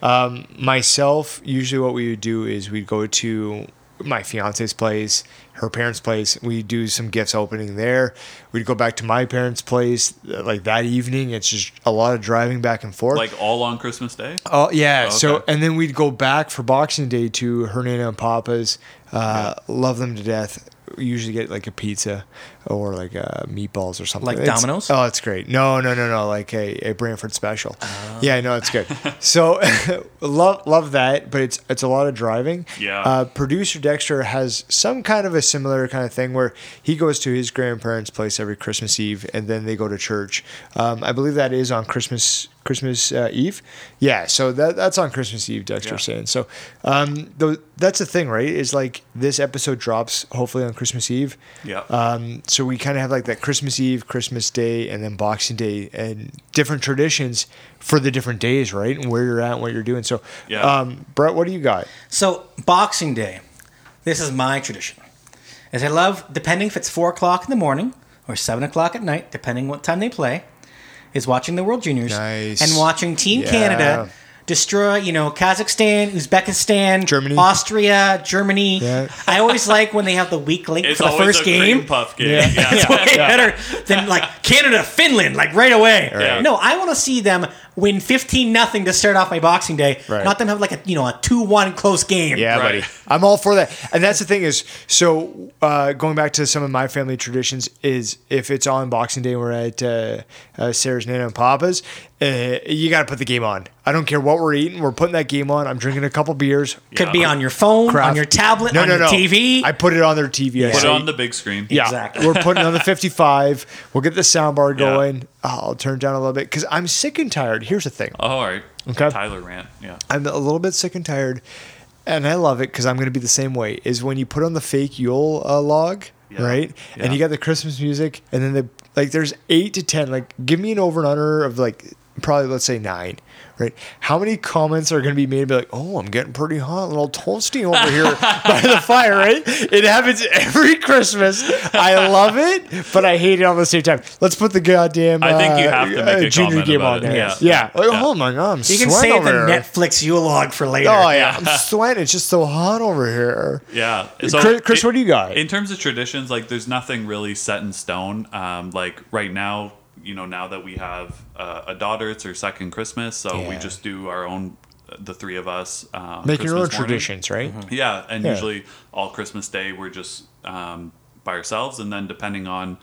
[SPEAKER 2] Um, myself, usually what we would do is we'd go to my fiance's place, her parents' place. We do some gifts opening there. We'd go back to my parents' place uh, like that evening. It's just a lot of driving back and forth.
[SPEAKER 1] Like all on Christmas Day.
[SPEAKER 2] Oh yeah. So
[SPEAKER 1] okay.
[SPEAKER 2] and then we'd go back for Boxing Day to her nana and papa's. Uh, Love them to death. We usually get like a pizza or like uh, meatballs or something.
[SPEAKER 3] Like
[SPEAKER 2] It's-
[SPEAKER 3] Domino's?
[SPEAKER 2] Oh, it's great. No, no, no, no. Like a, a Branford special. Yeah, no, it's good. so love love that, but it's it's a lot of driving.
[SPEAKER 1] Yeah.
[SPEAKER 2] Uh, producer Dexter has some kind of a similar kind of thing where he goes to his grandparents' place every Christmas Eve, and then they go to church. Um, I believe that is on Christmas Christmas uh, Eve. Yeah, so that that's on Christmas Eve. Dexter's
[SPEAKER 1] Yeah.
[SPEAKER 2] saying so. Um, though that's the thing, right? Is like this episode drops hopefully on Christmas Eve.
[SPEAKER 1] Yeah.
[SPEAKER 2] Um, so we kind of have like that Christmas Eve, Christmas Day, and then Boxing Day, and different traditions for the different days, right? And where you're at, and what you're doing. So,
[SPEAKER 1] Yeah.
[SPEAKER 2] um, Brett, what do you got?
[SPEAKER 3] So Boxing Day, this is my tradition. As I love, depending if it's four o'clock in the morning or seven o'clock at night, depending what time they play, is watching the World Juniors
[SPEAKER 2] Nice.
[SPEAKER 3] and watching Team
[SPEAKER 2] Yeah.
[SPEAKER 3] Canada destroy, you know, Kazakhstan, Uzbekistan,
[SPEAKER 2] Germany.
[SPEAKER 3] Austria, Germany.
[SPEAKER 2] Yeah.
[SPEAKER 3] I always like when they have the weak link
[SPEAKER 1] It's
[SPEAKER 3] for the
[SPEAKER 1] always
[SPEAKER 3] first
[SPEAKER 1] a
[SPEAKER 3] game.
[SPEAKER 1] cream puff game. Yeah.
[SPEAKER 3] It's way better than like Canada, Finland, like right away.
[SPEAKER 1] Yeah.
[SPEAKER 3] No, I want to see them win fifteen nothing to start off my Boxing Day.
[SPEAKER 2] Right.
[SPEAKER 3] Not them have like a you know a two one close game.
[SPEAKER 2] Yeah,
[SPEAKER 1] Right.
[SPEAKER 2] buddy. I'm all for that. And that's the thing is, so uh, going back to some of my family traditions is if it's on Boxing Day, we're at uh, uh, Sarah's Nana and Papa's. Uh, you got to put the game on. I don't care what we're eating. We're putting that game on. I'm drinking a couple beers.
[SPEAKER 3] Could
[SPEAKER 1] Yeah.
[SPEAKER 3] be on your phone, on
[SPEAKER 2] Craft-
[SPEAKER 3] your tablet, on your TV.
[SPEAKER 2] I put it on their TV. I
[SPEAKER 1] Put it
[SPEAKER 2] say.
[SPEAKER 1] on the big screen.
[SPEAKER 2] Yeah,
[SPEAKER 3] Exactly.
[SPEAKER 2] we're putting on the 55. We'll get the sound bar
[SPEAKER 1] Yeah.
[SPEAKER 2] going. Oh, I'll turn it down a little bit because I'm sick and tired. Here's the thing.
[SPEAKER 1] Oh, all right.
[SPEAKER 2] Okay.
[SPEAKER 1] Tyler rant. Yeah.
[SPEAKER 2] I'm a little bit sick and tired, and I love it because I'm going to be the same way. Is when you put on the fake Yule uh, log,
[SPEAKER 1] Yeah.
[SPEAKER 2] right?
[SPEAKER 1] Yeah.
[SPEAKER 2] And you got the Christmas music, and then the like. There's eight to ten. Like, give me an over and under of like probably let's say nine, right? How many comments are going to be made? Be like, oh, I'm getting pretty hot, little toasty over here by the fire, right? It happens every Christmas. I love it, but I hate it all at the same time. Let's put the goddamn.
[SPEAKER 1] I think you
[SPEAKER 2] uh,
[SPEAKER 1] have to
[SPEAKER 2] uh,
[SPEAKER 1] make a
[SPEAKER 2] junior
[SPEAKER 1] comment
[SPEAKER 2] game
[SPEAKER 1] about
[SPEAKER 2] on
[SPEAKER 1] it.
[SPEAKER 2] there.
[SPEAKER 1] Yeah.
[SPEAKER 2] Yeah, Like,
[SPEAKER 1] Yeah.
[SPEAKER 2] oh my god, I'm
[SPEAKER 3] you
[SPEAKER 2] sweating
[SPEAKER 3] can save the
[SPEAKER 2] over here.
[SPEAKER 3] Netflix Ulog for later.
[SPEAKER 2] Oh yeah, I'm sweating. It's just so hot over here.
[SPEAKER 1] Yeah.
[SPEAKER 2] Chris- Chris, what do you got?
[SPEAKER 1] In terms of traditions, like there's nothing really set in stone. Um, like right now, you know, now that we have uh, a daughter, it's her second Christmas, so we
[SPEAKER 3] Yeah.
[SPEAKER 1] just do our own, the three of us. Um,
[SPEAKER 2] Make your own
[SPEAKER 1] Christmas morning. Mm-hmm.
[SPEAKER 2] traditions, right?
[SPEAKER 1] Yeah, and
[SPEAKER 2] Yeah.
[SPEAKER 1] usually all Christmas Day we're just um, by ourselves, and then depending on,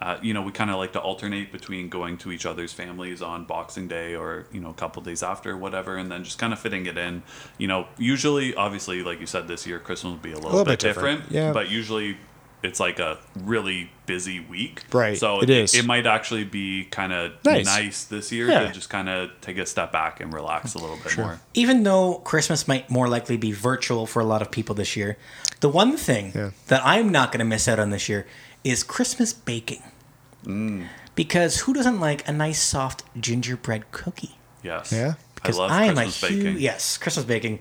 [SPEAKER 1] uh, you know, we kind of like to alternate between going to each other's families on Boxing Day or you know a couple days after, whatever, and then just kind of fitting it in. You know, usually, obviously, like you said, this year Christmas will be a little,
[SPEAKER 2] little
[SPEAKER 1] bit,
[SPEAKER 2] bit
[SPEAKER 1] different,
[SPEAKER 2] different, yeah.
[SPEAKER 1] But usually. It's like a really busy week,
[SPEAKER 2] Right,
[SPEAKER 1] So
[SPEAKER 2] it is.
[SPEAKER 1] It might actually be kind of nice.
[SPEAKER 2] Nice.
[SPEAKER 1] this year
[SPEAKER 2] Yeah.
[SPEAKER 1] to just kind of take a step back and relax a little bit more.
[SPEAKER 3] even though Christmas might more likely be virtual for a lot of people this year, the one thing
[SPEAKER 2] Yeah.
[SPEAKER 3] that I'm not going to miss out on this year is Christmas baking.
[SPEAKER 2] Mm.
[SPEAKER 3] Because who doesn't like a nice soft gingerbread cookie?
[SPEAKER 1] Yes,
[SPEAKER 2] Yeah.
[SPEAKER 1] I
[SPEAKER 3] Because
[SPEAKER 1] love
[SPEAKER 3] I'm
[SPEAKER 1] Christmas
[SPEAKER 3] a huge
[SPEAKER 1] baking.
[SPEAKER 3] yes Christmas baking,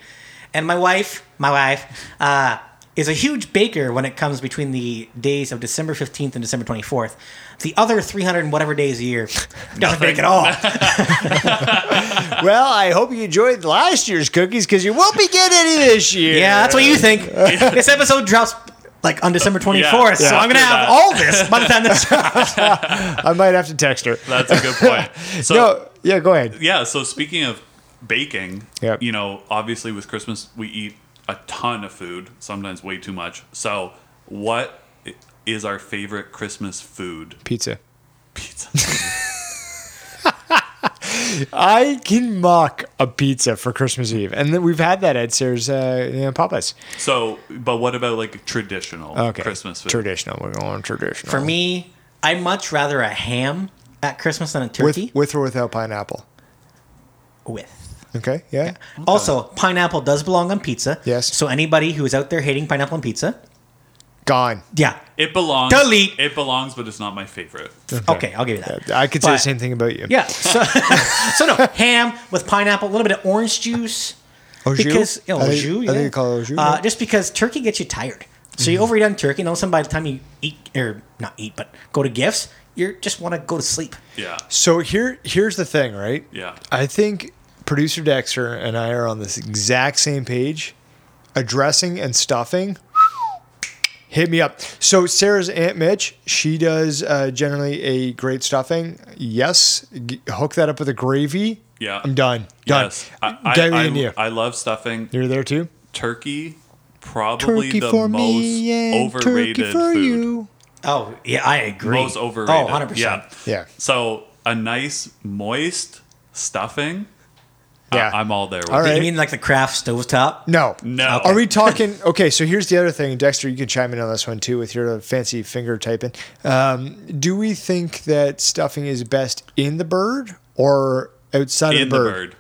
[SPEAKER 3] and my wife, my wife, uh, is a huge baker when it comes between the days of December 15th and December 24th. The other 300 and whatever days a year doesn't bake at all.
[SPEAKER 2] Well, I hope you enjoyed last year's cookies because you won't be getting any this year.
[SPEAKER 3] Yeah, that's what you think. This episode drops like on December 24th, so
[SPEAKER 1] yeah.
[SPEAKER 3] I'm
[SPEAKER 1] After
[SPEAKER 3] gonna have
[SPEAKER 1] that.
[SPEAKER 3] all this by the time this
[SPEAKER 2] I might have to text her.
[SPEAKER 1] That's a good point. So
[SPEAKER 2] no, yeah, go ahead.
[SPEAKER 1] yeah, so speaking of baking,
[SPEAKER 2] Yep.
[SPEAKER 1] you know, obviously with Christmas we eat a ton of food, sometimes way too much. So what i- is our favorite Christmas food?
[SPEAKER 2] Pizza.
[SPEAKER 1] Pizza.
[SPEAKER 2] I can mock a pizza for Christmas Eve, and then we've had that at Sarah's uh, you know, Papa's.
[SPEAKER 1] so, but what about like traditional
[SPEAKER 2] Okay,
[SPEAKER 1] Christmas food?
[SPEAKER 2] Traditional. We're going traditional.
[SPEAKER 3] for me. I would much rather a ham at Christmas than a turkey
[SPEAKER 2] with with or without pineapple.
[SPEAKER 3] with.
[SPEAKER 2] Okay. Yeah.
[SPEAKER 3] Also, pineapple does belong on pizza.
[SPEAKER 2] Yes.
[SPEAKER 3] So anybody who is out there hating pineapple on pizza,
[SPEAKER 2] Gone.
[SPEAKER 3] yeah.
[SPEAKER 1] it belongs.
[SPEAKER 3] Delete.
[SPEAKER 1] It belongs, but it's not my favorite.
[SPEAKER 3] Okay, I'll give you that.
[SPEAKER 2] Uh, I could say the
[SPEAKER 3] But-
[SPEAKER 2] same thing about you.
[SPEAKER 3] Yeah. So, so no ham with pineapple, a little bit of orange juice.
[SPEAKER 2] Au jus?
[SPEAKER 3] Because oh,
[SPEAKER 2] I
[SPEAKER 3] au
[SPEAKER 2] think-
[SPEAKER 3] jus,
[SPEAKER 2] I
[SPEAKER 3] yeah.
[SPEAKER 2] think they call it au jus, Mm-hmm.
[SPEAKER 3] Uh,
[SPEAKER 2] right?
[SPEAKER 3] just because turkey gets you tired, so you overeat on turkey, and all of a sudden by the time you eat or not eat, but go to gifts, you just want to go to sleep.
[SPEAKER 1] Yeah.
[SPEAKER 2] So here, here's the thing, right?
[SPEAKER 1] Yeah.
[SPEAKER 2] I think producer Dexter and I are on this exact same page. Addressing and stuffing. Hit me up. So Sarah's aunt Mitch, she does uh, generally a great stuffing. Yes, G- hook that up with a gravy.
[SPEAKER 1] Yeah.
[SPEAKER 2] I'm done. Done.
[SPEAKER 1] Yes. I, I,
[SPEAKER 2] Gary
[SPEAKER 1] I-
[SPEAKER 2] and you.
[SPEAKER 1] I love stuffing.
[SPEAKER 2] You're there too.
[SPEAKER 1] Turkey, probably
[SPEAKER 2] Turkey
[SPEAKER 1] the
[SPEAKER 2] for
[SPEAKER 1] most
[SPEAKER 2] me and
[SPEAKER 1] overrated
[SPEAKER 2] turkey for
[SPEAKER 1] food.
[SPEAKER 2] you.
[SPEAKER 3] Oh yeah, I agree.
[SPEAKER 1] Most overrated.
[SPEAKER 3] Oh, 100
[SPEAKER 1] Yeah.
[SPEAKER 3] percent.
[SPEAKER 2] Yeah.
[SPEAKER 1] So a nice moist stuffing.
[SPEAKER 2] Yeah.
[SPEAKER 1] I- am all there. With
[SPEAKER 2] All
[SPEAKER 1] it.
[SPEAKER 2] right.
[SPEAKER 3] You mean like the craft stovetop?
[SPEAKER 2] No.
[SPEAKER 1] No.
[SPEAKER 2] Are we talking? Okay, so here's the other thing, Dexter. You can chime in on this one too with your fancy finger typing. Um, do we think that stuffing is best in the bird or outside
[SPEAKER 1] in
[SPEAKER 2] of the bird?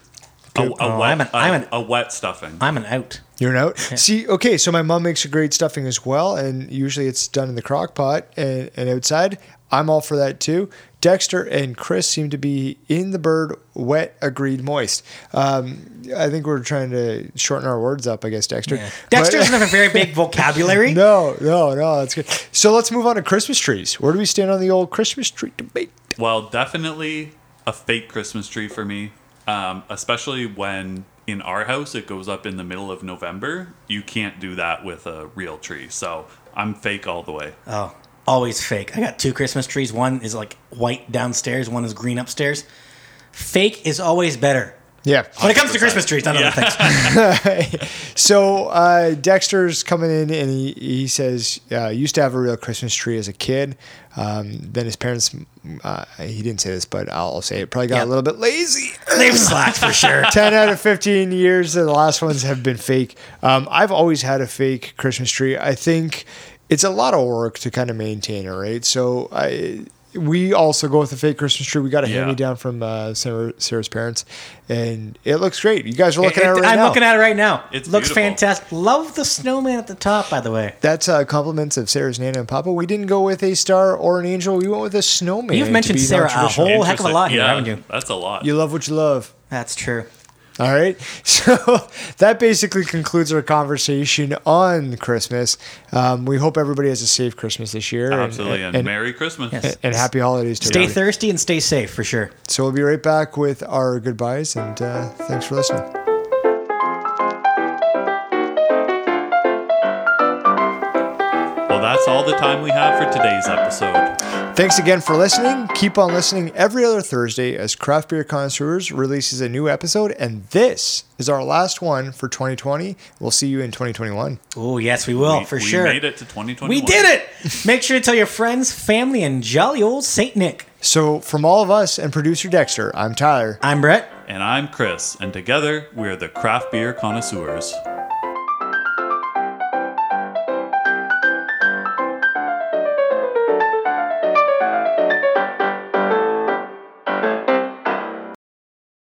[SPEAKER 1] A, a
[SPEAKER 3] Oh,
[SPEAKER 1] wet,
[SPEAKER 3] I'm an-
[SPEAKER 1] a-
[SPEAKER 3] I'm an-
[SPEAKER 1] a wet stuffing.
[SPEAKER 3] I'm an out.
[SPEAKER 2] You're an out. See, okay, so my mom makes a great stuffing as well, and usually it's done in the crock pot and, and outside. I'm all for that too. Dexter and Chris seem to be in the bird, wet, agreed, moist. Um, I think we're trying to shorten our words up, I guess, Dexter. But-
[SPEAKER 3] Dexter doesn't have a very big vocabulary.
[SPEAKER 2] No, no, no. That's good. So let's move on to Christmas trees. Where do we stand on the old Christmas tree debate?
[SPEAKER 1] well, definitely a fake Christmas tree for me, um, especially when in our house it goes up in the middle of November. You can't do that with a real tree, so I'm fake all the way.
[SPEAKER 3] Oh, always fake. I got two Christmas trees. One is like white downstairs. One is green upstairs. Fake is always better.
[SPEAKER 2] Yeah.
[SPEAKER 3] When it comes to Christmas trees, not
[SPEAKER 1] Yeah.
[SPEAKER 3] other things.
[SPEAKER 2] So uh, Dexter's coming in and he, he says, uh, used to have a real Christmas tree as a kid. Um, then his parents, uh, he didn't say this, but I'll say it, probably got
[SPEAKER 3] Yeah.
[SPEAKER 2] a little bit lazy.
[SPEAKER 3] They've slacked for sure.
[SPEAKER 2] 10 out of 15 years and the last ones have been fake um, i've always had a fake christmas tree i think it's a lot of work to kind of maintain it right so i we also go with a fake christmas tree we got a
[SPEAKER 1] Yeah.
[SPEAKER 2] hand me down from uh, sarah, sarah's parents and it looks great you guys are looking
[SPEAKER 3] It-
[SPEAKER 2] at it
[SPEAKER 3] it-
[SPEAKER 2] right
[SPEAKER 3] I'm
[SPEAKER 2] now
[SPEAKER 3] looking at it right now.
[SPEAKER 1] It's
[SPEAKER 3] It looks
[SPEAKER 1] beautiful.
[SPEAKER 3] fantastic. Love the snowman at the top, by the way.
[SPEAKER 2] that's uh, compliments of Sarah's Nana and Papa. We didn't go with a star or an angel. We went with a snowman.
[SPEAKER 3] You've
[SPEAKER 2] to
[SPEAKER 3] mentioned
[SPEAKER 2] be
[SPEAKER 3] Sarah a
[SPEAKER 2] non-traditional.
[SPEAKER 3] whole heck of a lot here,
[SPEAKER 1] Interesting.
[SPEAKER 3] haven't you?
[SPEAKER 1] That's a lot.
[SPEAKER 2] You love what you love.
[SPEAKER 3] That's true.
[SPEAKER 2] All right. So that basically concludes our conversation on Christmas. Um, we hope everybody has a safe Christmas this year. and-
[SPEAKER 1] Absolutely, and,
[SPEAKER 2] And, and,
[SPEAKER 1] Merry Christmas.
[SPEAKER 3] Yes.
[SPEAKER 2] and happy holidays to
[SPEAKER 3] Stay
[SPEAKER 2] everybody.
[SPEAKER 3] thirsty and stay safe for sure.
[SPEAKER 2] so we'll be right back with our goodbyes and uh, thanks for listening.
[SPEAKER 1] Well, that's all the time we have for today's episode.
[SPEAKER 2] Thanks again for listening. Keep on listening every other Thursday as Craft Beer Connoisseurs releases a new episode. And this is our last one for 2020. We'll see you in 2021.
[SPEAKER 3] Oh, yes, we will
[SPEAKER 1] we,
[SPEAKER 3] for
[SPEAKER 1] we
[SPEAKER 3] sure.
[SPEAKER 1] made it to 2021.
[SPEAKER 3] We did it. Make sure to tell your friends, family, and jolly old Saint Nick.
[SPEAKER 2] So, from all of us and producer Dexter, I'm Tyler.
[SPEAKER 3] I'm Brett.
[SPEAKER 1] And I'm Chris, and together we're the Craft Beer Connoisseurs.